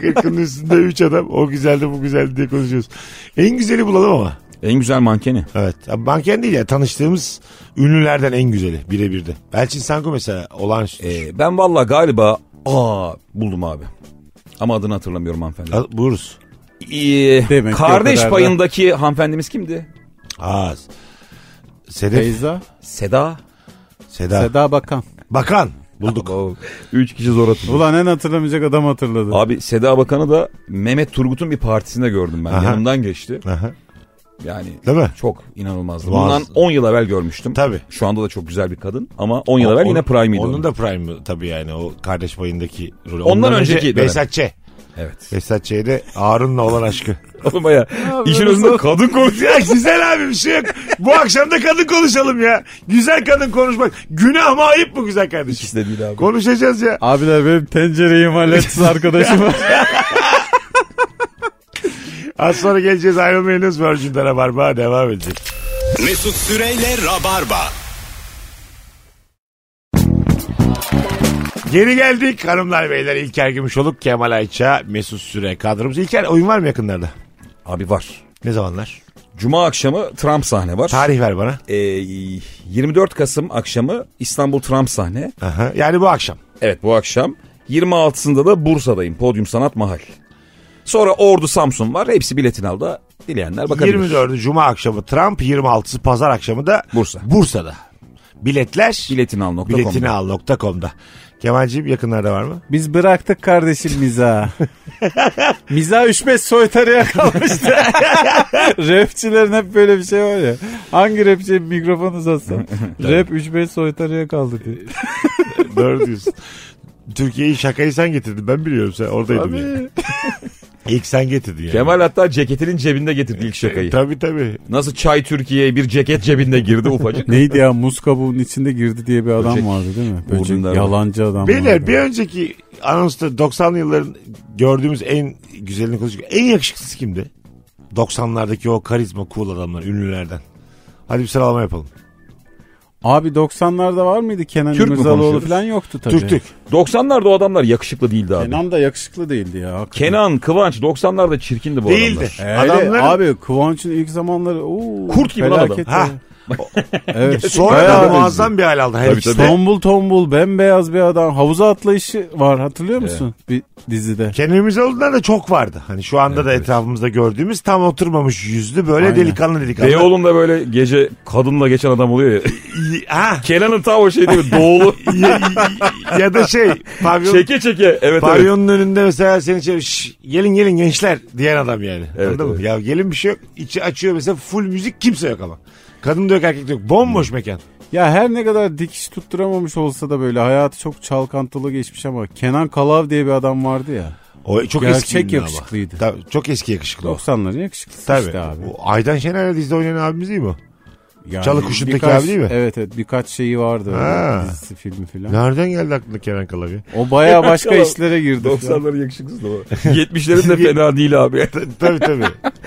[SPEAKER 3] 40'ın üstünde 3 adam. O güzeldi bu güzeldi diye konuşuyoruz. En güzeli bulalım ama.
[SPEAKER 5] En güzel mankeni.
[SPEAKER 3] Evet. Ya Manken değil ya. Tanıştığımız ünlülerden en güzeli. Birebir de. Elçin Sanko mesela. Olağanüstü.
[SPEAKER 5] Ee, ben valla galiba aa buldum abi. Ama adını hatırlamıyorum hanımefendi.
[SPEAKER 3] Al- Buluruz.
[SPEAKER 5] Ee,
[SPEAKER 4] Demek ki o
[SPEAKER 5] kardeş
[SPEAKER 4] kadar da-
[SPEAKER 5] payındaki hanımefendimiz kimdi?
[SPEAKER 3] Az. Sedef.
[SPEAKER 4] Beyza,
[SPEAKER 5] Seda.
[SPEAKER 3] Seda.
[SPEAKER 4] Seda Bakan.
[SPEAKER 3] Bakan. Bulduk.
[SPEAKER 5] Baba, Üç kişi zor atıldı.
[SPEAKER 4] Ulan en hatırlamayacak adam hatırladı.
[SPEAKER 5] Abi Seda Bakan'ı da Mehmet Turgut'un bir partisinde gördüm ben.
[SPEAKER 3] Aha.
[SPEAKER 5] Yanımdan geçti.
[SPEAKER 3] Aha.
[SPEAKER 5] Yani
[SPEAKER 3] Değil mi?
[SPEAKER 5] çok inanılmazdı.
[SPEAKER 3] Muazzam.
[SPEAKER 5] Bundan 10 yıl evvel görmüştüm.
[SPEAKER 3] Tabii.
[SPEAKER 5] Şu anda da çok güzel bir kadın ama 10 yıl evvel yine prime'iydi.
[SPEAKER 3] Onun
[SPEAKER 5] onun.
[SPEAKER 3] da prime tabii yani o kardeş payındaki rolü.
[SPEAKER 5] Ondan önceki dönem.
[SPEAKER 3] Behzat Ç.
[SPEAKER 5] Evet.
[SPEAKER 3] Behzat Ç'ye de Harun'la olan aşkı.
[SPEAKER 5] Oğlum baya işin özünde kadın konuşuyor.
[SPEAKER 3] ya güzel abi bir şey yok. Bu akşam da kadın konuşalım ya. Güzel kadın konuşmak. Günah mı ayıp mı güzel kardeşim?
[SPEAKER 5] İkisi de değil abi.
[SPEAKER 3] Konuşacağız ya.
[SPEAKER 4] Abiler benim tencereyi imal etsiz arkadaşım var.
[SPEAKER 3] Az sonra geleceğiz ayrılmayınız. Virgin'de Rabarba devam edecek.
[SPEAKER 2] Mesut Süreyle Rabarba.
[SPEAKER 3] Geri geldik hanımlar beyler. İlker Gümüşoluk, Kemal Ayça, Mesut Süre kadromuz. İlker oyun var mı yakınlarda?
[SPEAKER 5] Abi var.
[SPEAKER 3] Ne zamanlar?
[SPEAKER 5] Cuma akşamı Trump sahne var.
[SPEAKER 3] Tarih ver bana.
[SPEAKER 5] Ee, 24 Kasım akşamı İstanbul Trump sahne.
[SPEAKER 3] Aha, yani bu akşam.
[SPEAKER 5] Evet bu akşam. 26'sında da Bursa'dayım. Podyum Sanat Mahal. Sonra Ordu Samsun var. Hepsi biletin aldı. Dileyenler bakabilir.
[SPEAKER 3] 24'ü Cuma akşamı Trump, 26'sı Pazar akşamı da
[SPEAKER 5] Bursa.
[SPEAKER 3] Bursa'da. Biletler
[SPEAKER 5] Biletinal.com'da.
[SPEAKER 3] biletinial.com'da. Kemal'ciğim yakınlarda var mı?
[SPEAKER 4] Biz bıraktık kardeşim miza. miza 3-5 soytarıya kalmıştı. Rapçilerin hep böyle bir şey var ya. Hangi rapçiye mikrofon uzatsa. Rap 3-5 soytarıya kaldı diye.
[SPEAKER 3] Doğru diyorsun. Türkiye'yi şakayı sen getirdin. Ben biliyorum sen oradaydım. Yani. İlk sen getirdin yani.
[SPEAKER 5] Kemal hatta ceketinin cebinde getirdi ilk şakayı.
[SPEAKER 3] E, Tabii tabii.
[SPEAKER 5] Nasıl Çay Türkiye'ye bir ceket cebinde girdi ufacık.
[SPEAKER 4] Neydi ya muz kabuğunun içinde girdi diye bir adam
[SPEAKER 5] Böcek.
[SPEAKER 4] vardı değil mi? Böcek,
[SPEAKER 5] Uğrundan.
[SPEAKER 4] yalancı adam
[SPEAKER 3] Beyler
[SPEAKER 4] vardı.
[SPEAKER 3] bir önceki anonsta 90'lı yılların gördüğümüz en güzelini konuştuk. En yakışıklısı kimdi? 90'lardaki o karizma cool adamlar, ünlülerden. Hadi bir sıralama yapalım.
[SPEAKER 4] Abi 90'larda var mıydı Kenan
[SPEAKER 5] Türk mü
[SPEAKER 4] İmirzalıoğlu
[SPEAKER 5] konuşuyoruz?
[SPEAKER 4] falan yoktu tabii.
[SPEAKER 3] Türk Türk.
[SPEAKER 5] 90'larda o adamlar yakışıklı değildi abi. Kenan,
[SPEAKER 4] Kenan da yakışıklı değildi ya. hakikaten.
[SPEAKER 5] Kıvanç 90'larda çirkindi bu
[SPEAKER 3] Değildi.
[SPEAKER 5] adamlar.
[SPEAKER 4] Öyle,
[SPEAKER 3] Adamların
[SPEAKER 4] Ee, Abi Kıvanç'ın ilk zamanları oo,
[SPEAKER 5] Kurt gibi lan adam.
[SPEAKER 4] felaket
[SPEAKER 3] Ha.
[SPEAKER 4] ya. evet.
[SPEAKER 3] Sonra da
[SPEAKER 4] Bayağı
[SPEAKER 3] muazzam bir hal aldı. Her
[SPEAKER 5] Tabii,
[SPEAKER 3] ikisi de.
[SPEAKER 4] Tombul tombul bembeyaz bir adam. Havuza atlayışı var hatırlıyor musun? Bir dizide.
[SPEAKER 3] Kendimiz olduğunda da çok vardı. Hani şu anda da etrafımızda gördüğümüz tam oturmamış yüzlü böyle
[SPEAKER 4] Aynen.
[SPEAKER 3] delikanlı delikanlı.
[SPEAKER 5] Beyoğlu'nda böyle gece kadınla geçen adam oluyor ya.
[SPEAKER 3] Ha.
[SPEAKER 5] Kenan'ın tam o şey değil mi? Doğulu.
[SPEAKER 3] ya, ya da şey pavyon,
[SPEAKER 5] çeke çeke. Evet evet.
[SPEAKER 3] pavyonun önünde mesela seni çevir "Şş, gelin gelin gençler diyen adam yani.
[SPEAKER 5] Evet,
[SPEAKER 3] Anladın mı?
[SPEAKER 5] evet.
[SPEAKER 3] Ya gelin bir şey yok. İçi açıyor mesela full müzik kimse yok ama. Kadın da yok erkek de yok. Bomboş
[SPEAKER 5] Hmm.
[SPEAKER 3] mekan.
[SPEAKER 4] Ya her ne kadar dikiş tutturamamış olsa da böyle hayatı çok çalkantılı geçmiş ama Kenan Kalav diye bir adam vardı ya.
[SPEAKER 3] O çok
[SPEAKER 4] Gerçek
[SPEAKER 3] eski ünlü ama.
[SPEAKER 4] yakışıklıydı.
[SPEAKER 3] Tabii, çok eski yakışıklı o.
[SPEAKER 4] 90'ların yakışıklısı
[SPEAKER 3] Tabii.
[SPEAKER 4] işte abi.
[SPEAKER 3] O Aydan Şener'le dizide oynayan abimiz değil mi o?
[SPEAKER 4] Yani
[SPEAKER 3] Çalıkuşu'ndaki
[SPEAKER 4] birkaç-
[SPEAKER 3] abi değil mi?
[SPEAKER 4] Evet evet birkaç şeyi vardı. öyle,
[SPEAKER 3] Ha.
[SPEAKER 4] Dizisi filmi filan.
[SPEAKER 3] Nereden geldi aklına Kenan Kalabi?
[SPEAKER 4] O baya başka
[SPEAKER 5] Tamam.
[SPEAKER 4] işlere girdi. filan.
[SPEAKER 5] 90'ların yakışıklısı da o. 70'lerin de fena değil abi.
[SPEAKER 3] tabii tabii.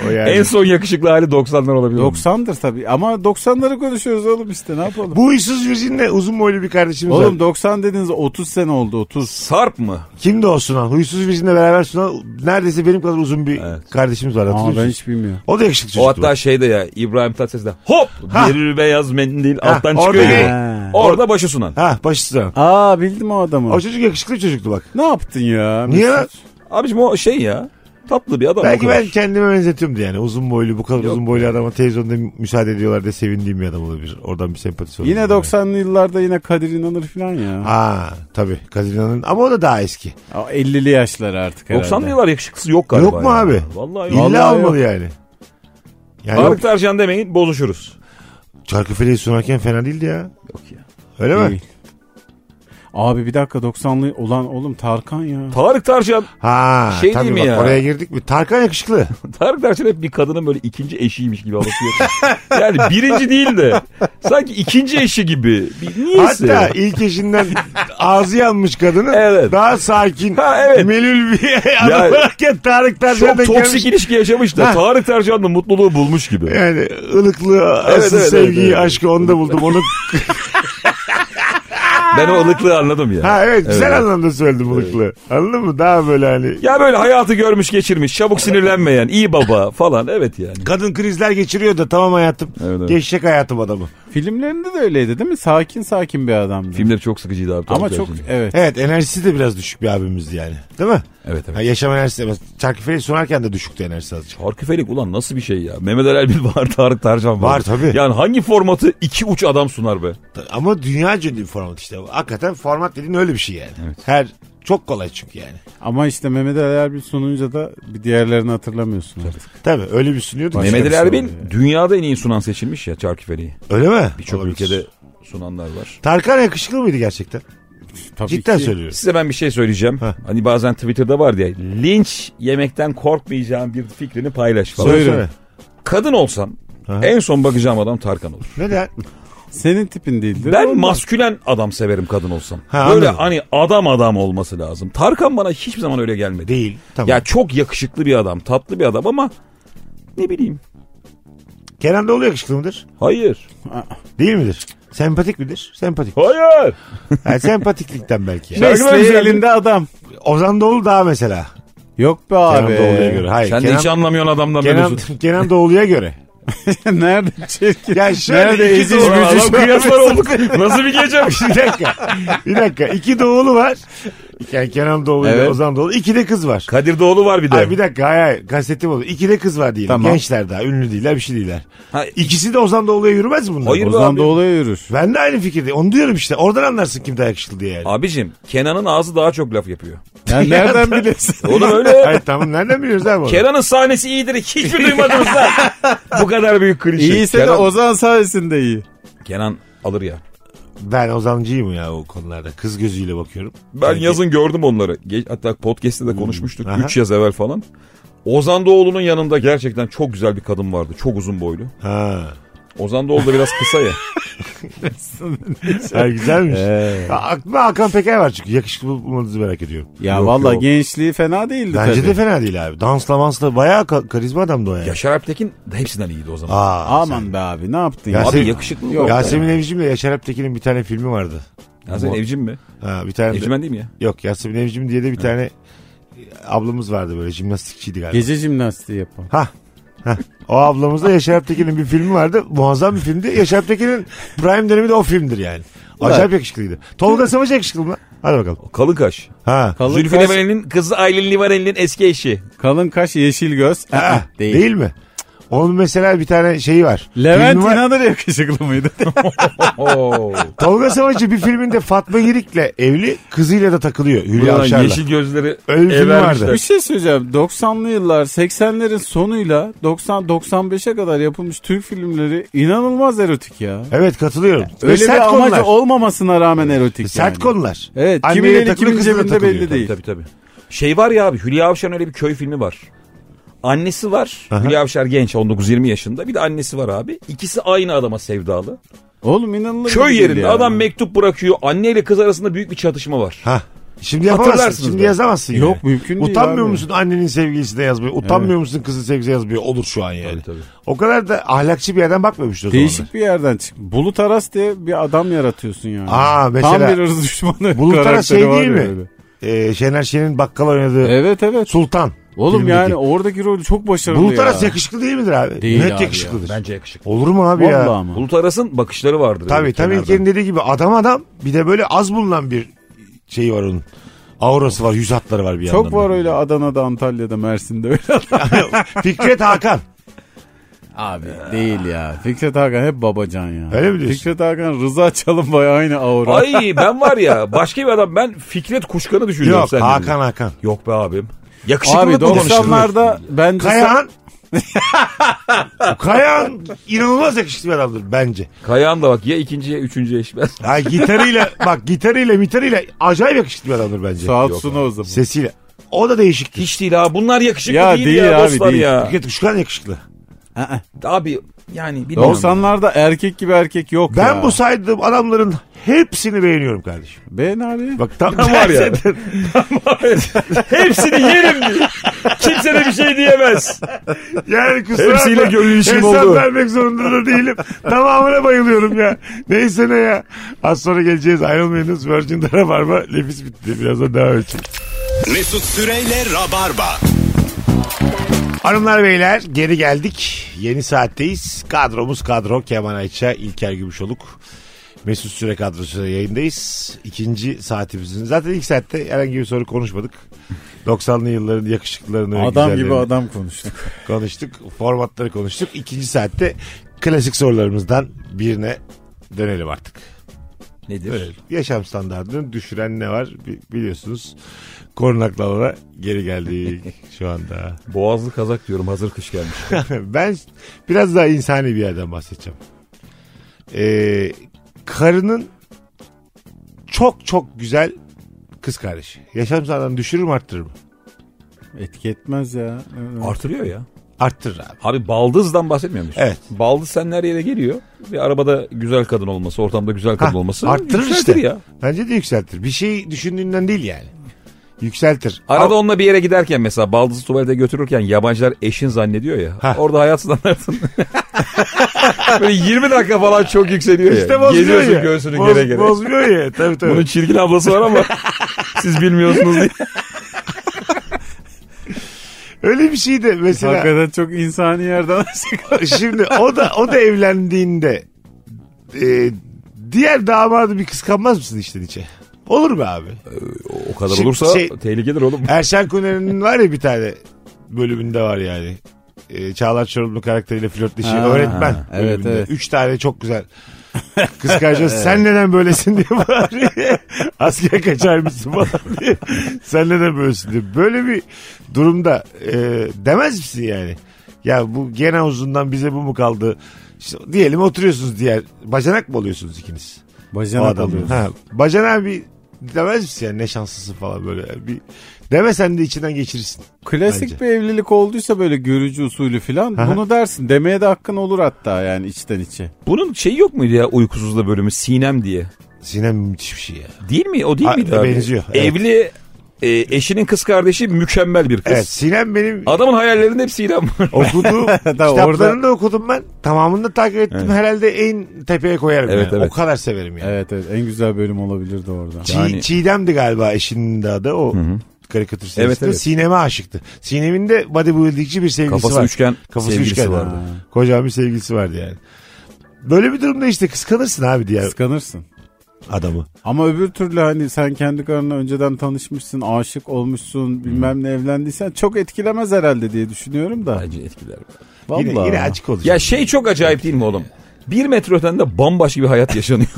[SPEAKER 3] O yani.
[SPEAKER 5] en son yakışıklı hali 90'lar olabilir.
[SPEAKER 4] 90'dır tabii ama 90'ları konuşuyoruz oğlum işte ne yapalım.
[SPEAKER 3] Bu huysuz virjinle uzun boylu bir kardeşimiz var.
[SPEAKER 4] Oğlum 90 dediniz 30 sene oldu 30.
[SPEAKER 5] Sarp mı?
[SPEAKER 3] Kim de o Sunan? Huysuz bizimle beraber Sunan neredeyse benim kadar uzun bir
[SPEAKER 5] Evet.
[SPEAKER 3] kardeşimiz var hatırlıyor
[SPEAKER 4] Aa, ben
[SPEAKER 3] musun?
[SPEAKER 4] hiç bilmiyorum.
[SPEAKER 3] O da yakışıklı
[SPEAKER 5] O
[SPEAKER 3] çocuktu.
[SPEAKER 5] hatta şeyde ya İbrahim Tatlıses'de hop
[SPEAKER 3] Ha.
[SPEAKER 5] bir beyaz mendil
[SPEAKER 3] Ha,
[SPEAKER 5] alttan
[SPEAKER 3] orada
[SPEAKER 5] çıkıyor.
[SPEAKER 3] gay.
[SPEAKER 5] ya.
[SPEAKER 4] Ha.
[SPEAKER 5] Orada başı sunan.
[SPEAKER 3] Ha başı Sunan.
[SPEAKER 4] Aa bildim o adamı.
[SPEAKER 3] O çocuk yakışıklı bir çocuktu bak.
[SPEAKER 4] Ne yaptın ya?
[SPEAKER 3] Niye lan?
[SPEAKER 5] Abicim o şey ya. Tatlı bir adam.
[SPEAKER 3] Belki
[SPEAKER 5] o kadar.
[SPEAKER 3] ben kendime benzetiyorum yani. Uzun boylu bu kadar uzun boylu adama televizyonda müsaade ediyorlar diye sevindiğim bir adam olabilir. Oradan bir sempatisi olur.
[SPEAKER 4] Yine 90'lı yıllarda yine Kadir İnanır falan ya.
[SPEAKER 3] Ha tabii Kadir İnanır'ın ama o da daha eski.
[SPEAKER 4] O 50'li yaşlar artık herhalde.
[SPEAKER 5] 90'lı yıllar yakışıklısı yok galiba.
[SPEAKER 3] Yok mu
[SPEAKER 5] ya.
[SPEAKER 3] abi?
[SPEAKER 5] Vallahi yok.
[SPEAKER 3] İlla
[SPEAKER 4] Vallahi
[SPEAKER 3] olmalı yani. Yani
[SPEAKER 5] Tarık Tarcan demeyin bozuşuruz.
[SPEAKER 3] Çarkıfele'yi sunarken fena değildi ya.
[SPEAKER 5] Yok ya.
[SPEAKER 3] Öyle mi?
[SPEAKER 4] Değil. Abi bir dakika 90'lı olan oğlum Tarkan ya.
[SPEAKER 5] Tarık Tarcan.
[SPEAKER 3] Ha
[SPEAKER 5] Şey
[SPEAKER 3] tabii
[SPEAKER 5] değil mi
[SPEAKER 3] bak,
[SPEAKER 5] ya?
[SPEAKER 3] oraya girdik mi? Tarkan yakışıklı.
[SPEAKER 5] Tarık Tarcan hep bir kadının böyle ikinci eşiymiş gibi anlatıyor. yani birinci değil de sanki ikinci eşi gibi. Bir, niyeyse.
[SPEAKER 3] Hatta ilk eşinden ağzı yanmış kadının
[SPEAKER 5] Evet.
[SPEAKER 3] daha sakin,
[SPEAKER 5] Ha, evet.
[SPEAKER 3] melül bir adam
[SPEAKER 5] Ya,
[SPEAKER 3] varken Tarık Tarcan'da
[SPEAKER 5] çok toksik
[SPEAKER 3] gelmiş.
[SPEAKER 5] ilişki yaşamış da Tarık Tarcan'la mutluluğu bulmuş gibi.
[SPEAKER 3] Yani ılıklığı,
[SPEAKER 5] Evet,
[SPEAKER 3] asıl
[SPEAKER 5] evet,
[SPEAKER 3] sevgiyi,
[SPEAKER 5] evet, evet.
[SPEAKER 3] aşkı onu da buldum. Onu...
[SPEAKER 5] Ben o ılıklığı anladım ya.
[SPEAKER 3] ha evet, güzel anlamda söyledim ılıklığı. Anladın mı? Daha böyle hani...
[SPEAKER 5] Ya böyle hayatı görmüş geçirmiş çabuk sinirlenmeyen iyi baba falan evet yani.
[SPEAKER 3] Kadın krizler geçiriyor da tamam hayatım.
[SPEAKER 5] Evet, evet.
[SPEAKER 3] Geçecek hayatım adamı.
[SPEAKER 4] Filmlerinde de öyleydi değil mi? Sakin sakin bir adamdı.
[SPEAKER 5] Filmler çok sıkıcıydı abi.
[SPEAKER 4] Ama
[SPEAKER 5] Tarık
[SPEAKER 4] çok
[SPEAKER 5] Tarcan.
[SPEAKER 4] evet.
[SPEAKER 3] Evet enerjisi de biraz düşük bir abimizdi yani. Değil mi?
[SPEAKER 5] Evet evet.
[SPEAKER 3] Ha, yaşam enerjisi de. Çarkıfeli sunarken de düşüktü enerjisi azıcık.
[SPEAKER 5] Tarkıfelik ulan nasıl bir şey ya? Mehmet Ali Erbil var, Tarık Tarcan var.
[SPEAKER 3] Var tabii.
[SPEAKER 5] Yani hangi formatı iki uç adam sunar be?
[SPEAKER 3] Ama dünyaca ünlü bir format işte. Hakikaten format dediğin öyle bir şey yani. Her çok kolay çünkü yani.
[SPEAKER 4] Ama işte Mehmet Ali Erbil sununca da bir diğerlerini hatırlamıyorsun artık.
[SPEAKER 3] Tabii öyle bir sunuyorduk.
[SPEAKER 5] Mehmet Ali
[SPEAKER 4] bir şey
[SPEAKER 5] Erbil
[SPEAKER 4] oluyor.
[SPEAKER 5] dünyada en iyi sunan seçilmiş ya Tarkıfelik'i.
[SPEAKER 3] Öyle mi?
[SPEAKER 5] Birçok
[SPEAKER 3] Olabilir.
[SPEAKER 5] ülkede sunanlar var.
[SPEAKER 3] Tarkan yakışıklı mıydı gerçekten?
[SPEAKER 4] Tabii
[SPEAKER 3] Cidden
[SPEAKER 4] ki.
[SPEAKER 3] söylüyorum.
[SPEAKER 5] Size ben bir şey söyleyeceğim.
[SPEAKER 3] Heh.
[SPEAKER 5] Hani bazen Twitter'da var diye linç yemekten korkmayacağın bir fikrini paylaş falan.
[SPEAKER 4] Söyle.
[SPEAKER 5] Kadın olsam
[SPEAKER 3] Aha.
[SPEAKER 5] en son bakacağım adam Tarkan olur.
[SPEAKER 3] Neden?
[SPEAKER 4] Senin tipin değildir.
[SPEAKER 5] Ben
[SPEAKER 4] Olmaz.
[SPEAKER 5] maskülen adam severim kadın olsam.
[SPEAKER 3] Ha,
[SPEAKER 5] Böyle
[SPEAKER 3] anladım.
[SPEAKER 5] hani adam adam olması lazım. Tarkan bana hiçbir zaman öyle gelmedi.
[SPEAKER 3] Değil. Tamam.
[SPEAKER 5] Ya çok yakışıklı bir adam, tatlı bir adam ama ne bileyim.
[SPEAKER 3] Kenan Doğulu yakışıklı mıdır?
[SPEAKER 5] Hayır.
[SPEAKER 3] Değil midir? Sempatik midir? Sempatik.
[SPEAKER 5] Hayır.
[SPEAKER 3] Yani sempatiklikten belki. yani.
[SPEAKER 4] Mesleği elinde adam.
[SPEAKER 3] Ozan Doğulu daha mesela.
[SPEAKER 4] Yok be
[SPEAKER 3] Kenan
[SPEAKER 4] abi.
[SPEAKER 3] Doğulu'ya göre. Hayır.
[SPEAKER 5] Sen de
[SPEAKER 3] Kenan,
[SPEAKER 5] hiç anlamıyorsun adamdan
[SPEAKER 3] Kenan,
[SPEAKER 5] Mesut.
[SPEAKER 3] Kenan Doğulu'ya göre.
[SPEAKER 4] Nerede çirkin?
[SPEAKER 3] Ya şöyle
[SPEAKER 4] Nerede
[SPEAKER 3] iki
[SPEAKER 4] eziz
[SPEAKER 3] doğru
[SPEAKER 5] Ulan
[SPEAKER 4] büzüş
[SPEAKER 5] adam
[SPEAKER 4] var?
[SPEAKER 5] kıyaslar olduk. Nasıl bir gecemiş?
[SPEAKER 3] bir dakika. Bir dakika. İki doğulu var. Yani Kenan Doğulu ile
[SPEAKER 4] Evet.
[SPEAKER 3] Ozan Doğulu. İki de kız var.
[SPEAKER 5] Kadir Doğulu var bir de.
[SPEAKER 3] Ay bir dakika hayır hayır kastetim oldu. İki de kız var diyelim.
[SPEAKER 4] Tamam.
[SPEAKER 3] Gençler daha ünlü değiller bir şey değiller.
[SPEAKER 5] Ha,
[SPEAKER 3] İkisi de Ozan Doğulu'ya yürümez mi bunlar?
[SPEAKER 5] Hayır.
[SPEAKER 4] Ozan
[SPEAKER 5] Abi.
[SPEAKER 4] Doğulu'ya yürür.
[SPEAKER 3] Ben de aynı fikirde. Onu diyorum işte. Oradan anlarsın kim daha yakışıklı diye yani.
[SPEAKER 5] Abicim Kenan'ın ağzı daha çok laf yapıyor.
[SPEAKER 4] Yani nereden bilirsin?
[SPEAKER 5] Oğlum öyle.
[SPEAKER 3] Hayır tamam nereden biliyoruz abi onu?
[SPEAKER 5] Kenan'ın sahnesi iyidir. Hiç mi duymadınız lan? Bu kadar büyük klişe.
[SPEAKER 4] İyiyse de
[SPEAKER 5] Kenan,
[SPEAKER 4] Ozan sayesinde iyi.
[SPEAKER 5] Kenan alır ya.
[SPEAKER 3] Ben Ozancıyım ya o konularda. Kız gözüyle bakıyorum.
[SPEAKER 5] Ben
[SPEAKER 3] Belki-
[SPEAKER 5] yazın gördüm onları. Ge- Hatta podcast'te de konuşmuştuk.
[SPEAKER 3] aha.
[SPEAKER 5] 3 yaz evvel falan. Ozan Doğulu'nun yanında gerçekten çok güzel bir kadın vardı. Çok uzun boylu.
[SPEAKER 3] Ha.
[SPEAKER 5] Ozan Doğulu da biraz kısa ya.
[SPEAKER 3] Ha, güzelmiş.
[SPEAKER 5] Ee.
[SPEAKER 3] Ha, Aklıma Hakan Peker var çünkü. Yakışıklı bulmanızı merak ediyorum.
[SPEAKER 4] Ya
[SPEAKER 5] Yok,
[SPEAKER 4] valla
[SPEAKER 5] yok.
[SPEAKER 4] gençliği fena değildi
[SPEAKER 3] Bence
[SPEAKER 4] tabii.
[SPEAKER 3] de fena değil abi. Dansla mansla bayağı ka- karizma adamdı o yani.
[SPEAKER 5] Yaşar Alptekin de hepsinden iyiydi o zaman.
[SPEAKER 3] Aa,
[SPEAKER 4] Aman be abi ne yaptın ya?
[SPEAKER 3] Ya
[SPEAKER 5] Abi
[SPEAKER 3] sen-
[SPEAKER 5] yakışıklı
[SPEAKER 4] Yok.
[SPEAKER 5] yok.
[SPEAKER 3] Yasemin Evcim'le Yaşar Aptekin'in bir tane filmi vardı.
[SPEAKER 5] Ya sen evcim mi?
[SPEAKER 3] Ha, bir tane de-
[SPEAKER 5] Evcimen değil mi ya?
[SPEAKER 3] Yok Yasemin Evcim diye de bir tane e, ablamız vardı böyle jimnastikçiydi galiba.
[SPEAKER 4] Gece jimnastiği yapan.
[SPEAKER 3] Ha. Ha. O ablamızda Yaşar Aptekin'in bir filmi vardı. Muazzam bir filmdi. Yaşar Aptekin'in prime dönemi de o filmdir yani. Acayip yakışıklıydı. Tolga Savaş yakışıklı mı? Hadi bakalım.
[SPEAKER 5] Kalın kaş.
[SPEAKER 3] Ha.
[SPEAKER 4] Kalın
[SPEAKER 5] Zülfü
[SPEAKER 4] kaş,
[SPEAKER 5] Livaneli'nin kızı Aylin Livaneli'nin eski eşi.
[SPEAKER 4] kalın kaş yeşil göz.
[SPEAKER 3] Ha.
[SPEAKER 4] Aa,
[SPEAKER 3] Değil. mi? Onun mesela bir tane şeyi var.
[SPEAKER 4] Levent
[SPEAKER 3] Filmi var.
[SPEAKER 4] İnanır yakışıklı mıydı?
[SPEAKER 5] Oo.
[SPEAKER 3] Tolga Savaş'ı bir filminde Fatma Girik'le evli kızıyla da takılıyor. Hülya
[SPEAKER 5] Ulan
[SPEAKER 3] Avşar'la.
[SPEAKER 5] yeşil gözleri
[SPEAKER 3] Öyle bir film
[SPEAKER 5] evermişler.
[SPEAKER 3] vardı.
[SPEAKER 4] bir şey söyleyeceğim. 90'lı yıllar 80'lerin sonuyla 90-95'e kadar yapılmış Türk filmleri inanılmaz erotik ya.
[SPEAKER 3] Evet katılıyorum. Ve
[SPEAKER 4] Öyle
[SPEAKER 3] sert
[SPEAKER 4] bir amacı
[SPEAKER 3] konular.
[SPEAKER 4] olmamasına rağmen erotik
[SPEAKER 3] Sert
[SPEAKER 4] yani.
[SPEAKER 3] konular.
[SPEAKER 4] Evet,
[SPEAKER 3] Anneye
[SPEAKER 4] kimin eli
[SPEAKER 3] takılıyor,
[SPEAKER 4] kimin
[SPEAKER 3] kızına
[SPEAKER 4] cebinde
[SPEAKER 3] takılıyor.
[SPEAKER 4] belli
[SPEAKER 3] Tabii.
[SPEAKER 4] değil.
[SPEAKER 5] Tabii tabii. Şey var ya abi Hülya Avşar'ın öyle bir köy filmi var. Annesi var. Hülya Avşar genç 19-20 yaşında. Bir de annesi var abi. İkisi aynı adama sevdalı.
[SPEAKER 4] Oğlum inanılır gibi
[SPEAKER 5] Köy
[SPEAKER 4] değil
[SPEAKER 5] yerinde
[SPEAKER 4] ya.
[SPEAKER 5] adam mektup bırakıyor. Anneyle kız arasında büyük bir çatışma var.
[SPEAKER 3] Ha. Şimdi yapamazsın.
[SPEAKER 5] Hatırlarsınız
[SPEAKER 3] Şimdi
[SPEAKER 5] da.
[SPEAKER 3] yazamazsın yani.
[SPEAKER 4] Yok, mümkün değil
[SPEAKER 3] Utanmıyor
[SPEAKER 4] abi.
[SPEAKER 3] musun annenin sevgilisine yazmıyor? Utanmıyor musun kızın sevgilisine yazmıyor? Olur şu an yani.
[SPEAKER 5] Tabii, tabii.
[SPEAKER 3] O kadar da ahlakçı bir yerden bakmamıştı o zamanlar.
[SPEAKER 4] Değişik bir yerden çık. Bulut Aras diye bir adam yaratıyorsun yani.
[SPEAKER 3] Aa, mesela-
[SPEAKER 4] Tam bir hırs düşmanı
[SPEAKER 3] Bulut Aras
[SPEAKER 4] karakteri
[SPEAKER 3] şey
[SPEAKER 4] var
[SPEAKER 3] değil
[SPEAKER 4] ya
[SPEAKER 3] mi?
[SPEAKER 4] öyle.
[SPEAKER 3] Ee, Şener Şen'in bakkal oynadığı
[SPEAKER 4] Evet evet.
[SPEAKER 3] Sultan.
[SPEAKER 4] Oğlum
[SPEAKER 3] filmdeki.
[SPEAKER 4] yani oradaki rolü çok başarılı
[SPEAKER 3] Bulut
[SPEAKER 4] ya.
[SPEAKER 3] Aras yakışıklı değil midir abi?
[SPEAKER 4] Değil
[SPEAKER 3] Net
[SPEAKER 4] abi
[SPEAKER 3] yakışıklıdır.
[SPEAKER 5] Bence yakışıklı.
[SPEAKER 3] Olur mu abi ya?
[SPEAKER 4] Vallahi ama.
[SPEAKER 5] Bulut Aras'ın bakışları vardır.
[SPEAKER 3] Tabii
[SPEAKER 5] öyle
[SPEAKER 3] tabii
[SPEAKER 5] kenardan.
[SPEAKER 3] İlker'in dediği gibi adam adam bir de böyle az bulunan bir şeyi şey var onun. Aurası var, yüz hatları var bir
[SPEAKER 4] Çok
[SPEAKER 3] yandan. da.
[SPEAKER 4] var öyle Adana'da, Antalya'da, Mersin'de öyle adam.
[SPEAKER 3] Fikret Hakan.
[SPEAKER 4] Abi değil ya. Fikret Hakan hep babacan ya.
[SPEAKER 3] Öyle mi diyorsun?
[SPEAKER 4] Fikret Hakan Rıza Çalınbay aynı aura.
[SPEAKER 5] Ay ben var ya başka bir adam ben Fikret Kuşkan'ı düşünüyorum
[SPEAKER 3] Yok
[SPEAKER 5] sen.
[SPEAKER 3] Hakan Hakan.
[SPEAKER 5] Yok be abim.
[SPEAKER 4] Abi
[SPEAKER 5] Yakışıklılık mı konuşuyoruz?
[SPEAKER 4] 90'larda bence
[SPEAKER 3] Kayahan. Kayahan inanılmaz yakışıklı bir adamdır bence.
[SPEAKER 5] Kayahan da bak ya ikinci ya üçüncü eşmez.
[SPEAKER 3] Ha, gitarıyla bak gitarıyla mitarıyla acayip yakışıklı bir adamdır bence.
[SPEAKER 4] Saat Suna o zaman.
[SPEAKER 3] Sesiyle. O da değişik.
[SPEAKER 5] Hiç değil ha bunlar yakışıklı
[SPEAKER 4] Ya
[SPEAKER 5] değil,
[SPEAKER 4] değil
[SPEAKER 5] ya
[SPEAKER 4] abi,
[SPEAKER 5] dostlar
[SPEAKER 4] değil.
[SPEAKER 5] ya.
[SPEAKER 3] Fikret Kuşkan yakışıklı.
[SPEAKER 5] Abi yani bilmiyorum.
[SPEAKER 4] 90'larda erkek gibi erkek yok
[SPEAKER 3] Ben
[SPEAKER 4] ya.
[SPEAKER 3] bu saydığım adamların hepsini beğeniyorum kardeşim.
[SPEAKER 4] Ben abi.
[SPEAKER 3] Bak tam
[SPEAKER 5] var ya. Hepsini yerim diyor. Kimse de bir şey diyemez.
[SPEAKER 3] Yani kusura
[SPEAKER 5] Hepsiyle
[SPEAKER 3] bakma,
[SPEAKER 5] gönül işim
[SPEAKER 3] hesap
[SPEAKER 5] oldu.
[SPEAKER 3] vermek zorunda da değilim. Tamamına bayılıyorum ya. Neyse ne ya. Az sonra geleceğiz. Ayrılmayınız. Virgin'de Rabarba nefis bitti. Birazdan devam edeceğiz.
[SPEAKER 2] Mesut Süreyle Rabarba.
[SPEAKER 3] Hanımlar beyler geri geldik. Yeni saatteyiz. Kadromuz kadro. Kemal Ayça, İlker Gümüşoluk. Mesut Süre kadrosuyla yayındayız. İkinci saatimizin. Zaten ilk saatte herhangi bir soru konuşmadık. 90'lı yılların yakışıklılarını,
[SPEAKER 4] Adam gibi
[SPEAKER 3] güzellerini
[SPEAKER 4] adam konuştuk.
[SPEAKER 3] konuştuk. Formatları konuştuk. İkinci saatte klasik sorularımızdan birine dönelim artık.
[SPEAKER 5] Nedir?
[SPEAKER 3] Yaşam standartını düşüren ne var Bi- biliyorsunuz. Korunaklı alana geri geldik şu anda.
[SPEAKER 5] Boğazlı kazak diyorum hazır kış gelmiş.
[SPEAKER 3] ben biraz daha insani bir yerden bahsedeceğim. Ee, karının çok çok güzel kız kardeşi. Yaşam standartını düşürür mü arttırır mı?
[SPEAKER 4] Etki etmez ya.
[SPEAKER 5] Artırıyor ya.
[SPEAKER 3] Arttırır abi.
[SPEAKER 5] Abi baldızdan bahsetmiyor musun?
[SPEAKER 3] Evet.
[SPEAKER 5] Baldız senin her yere geliyor. Bir arabada güzel kadın olması, ortamda güzel kadın
[SPEAKER 3] Hah,
[SPEAKER 5] olması.
[SPEAKER 3] arttırır
[SPEAKER 5] yükseltir
[SPEAKER 3] işte.
[SPEAKER 5] ya.
[SPEAKER 3] Bence de yükseltir. Bir şey düşündüğünden değil yani. Yükseltir.
[SPEAKER 5] Arada onunla bir yere giderken mesela baldızı tuvalete götürürken yabancılar eşin zannediyor ya.
[SPEAKER 3] Hah.
[SPEAKER 5] Orada hayat standartın. Böyle 20 dakika falan çok yükseliyor ya.
[SPEAKER 3] İşte bozmuyor
[SPEAKER 5] Geliyorsun
[SPEAKER 3] ya.
[SPEAKER 5] göğsünü
[SPEAKER 3] Boz-
[SPEAKER 5] gere gere.
[SPEAKER 3] Bozmuyor ya. Tabii tabii.
[SPEAKER 5] Bunun çirkin ablası var ama siz bilmiyorsunuz diye.
[SPEAKER 3] Öyle bir şey de mesela.
[SPEAKER 4] Hakikaten çok insani yerden açık.
[SPEAKER 3] Şimdi o da o da evlendiğinde e, diğer damadı bir kıskanmaz mısın işten içe? Olur be abi.
[SPEAKER 5] O kadar
[SPEAKER 3] Şimdi
[SPEAKER 5] olursa
[SPEAKER 3] şey-
[SPEAKER 5] tehlikedir oğlum.
[SPEAKER 3] Erşen Kuner'in var ya bir tane bölümünde var yani. E, Çağlar Çorumlu karakteriyle flörtleşiyor.
[SPEAKER 4] Ha,
[SPEAKER 3] öğretmen
[SPEAKER 4] ha, evet,
[SPEAKER 3] bölümünde.
[SPEAKER 4] evet.
[SPEAKER 3] Üç tane çok güzel kıskanç. Sen neden böylesin diye bağırıyor. Asker kaçar mısın falan diye. Sen neden böylesin diye. Böyle bir durumda e, demez misin yani? Ya bu gene uzundan bize bu mu kaldı? İşte diyelim oturuyorsunuz diğer. Bacanak mı oluyorsunuz ikiniz? O
[SPEAKER 4] Bacana
[SPEAKER 3] adam.
[SPEAKER 4] kalıyoruz.
[SPEAKER 3] Ha, bacana bir demez misin yani ne şanslısın falan böyle. Bir, demesen de içinden geçirirsin.
[SPEAKER 4] Klasik
[SPEAKER 3] Bence.
[SPEAKER 4] bir evlilik olduysa böyle görücü usulü falan
[SPEAKER 3] Aha.
[SPEAKER 4] bunu dersin. Demeye de hakkın olur hatta yani içten içe.
[SPEAKER 5] Bunun şeyi yok muydu ya uykusuzda bölümü Sinem diye?
[SPEAKER 3] Sinem müthiş bir şey ya.
[SPEAKER 5] Değil mi? O değil
[SPEAKER 3] Ha,
[SPEAKER 5] miydi abi?
[SPEAKER 3] benziyor, evet.
[SPEAKER 5] Evli e, eşinin kız kardeşi mükemmel bir kız.
[SPEAKER 3] Evet Sinem benim
[SPEAKER 5] Adamın hayallerinde hep Sinem var.
[SPEAKER 3] okuduğum kitaplarını
[SPEAKER 4] orada-
[SPEAKER 3] da okudum ben. Tamamını da takip ettim. Herhalde en tepeye koyarım
[SPEAKER 5] Evet,
[SPEAKER 3] yani.
[SPEAKER 5] evet.
[SPEAKER 3] O kadar severim yani.
[SPEAKER 4] Evet evet en güzel bölüm olabilirdi orada.
[SPEAKER 3] Çi-
[SPEAKER 5] Yani-
[SPEAKER 3] Çiğdem'di galiba eşinin de adı o karikatür serisinde.
[SPEAKER 5] Evet, evet.
[SPEAKER 3] Sinem'e aşıktı. Sinem'in de bodybuildingçi bir sevgilisi
[SPEAKER 5] Kafası
[SPEAKER 3] var.
[SPEAKER 5] üçgen
[SPEAKER 3] Kafası
[SPEAKER 5] sevgilisi
[SPEAKER 3] üçgen
[SPEAKER 5] vardı.
[SPEAKER 3] Ha. Kocaman bir sevgilisi vardı yani. Böyle bir durumda işte kıskanırsın abi diğer
[SPEAKER 4] Kıskanırsın.
[SPEAKER 3] adamı.
[SPEAKER 4] Ama öbür türlü hani sen kendi karına önceden tanışmışsın, aşık olmuşsun, bilmem ne evlendiysen çok etkilemez herhalde diye düşünüyorum da.
[SPEAKER 5] Bence etkiler.
[SPEAKER 4] Vallahi.
[SPEAKER 3] Yine, yine açık olacak.
[SPEAKER 5] Ya şey çok acayip değil mi oğlum? Bir metre ötende bambaşka bir hayat yaşanıyor.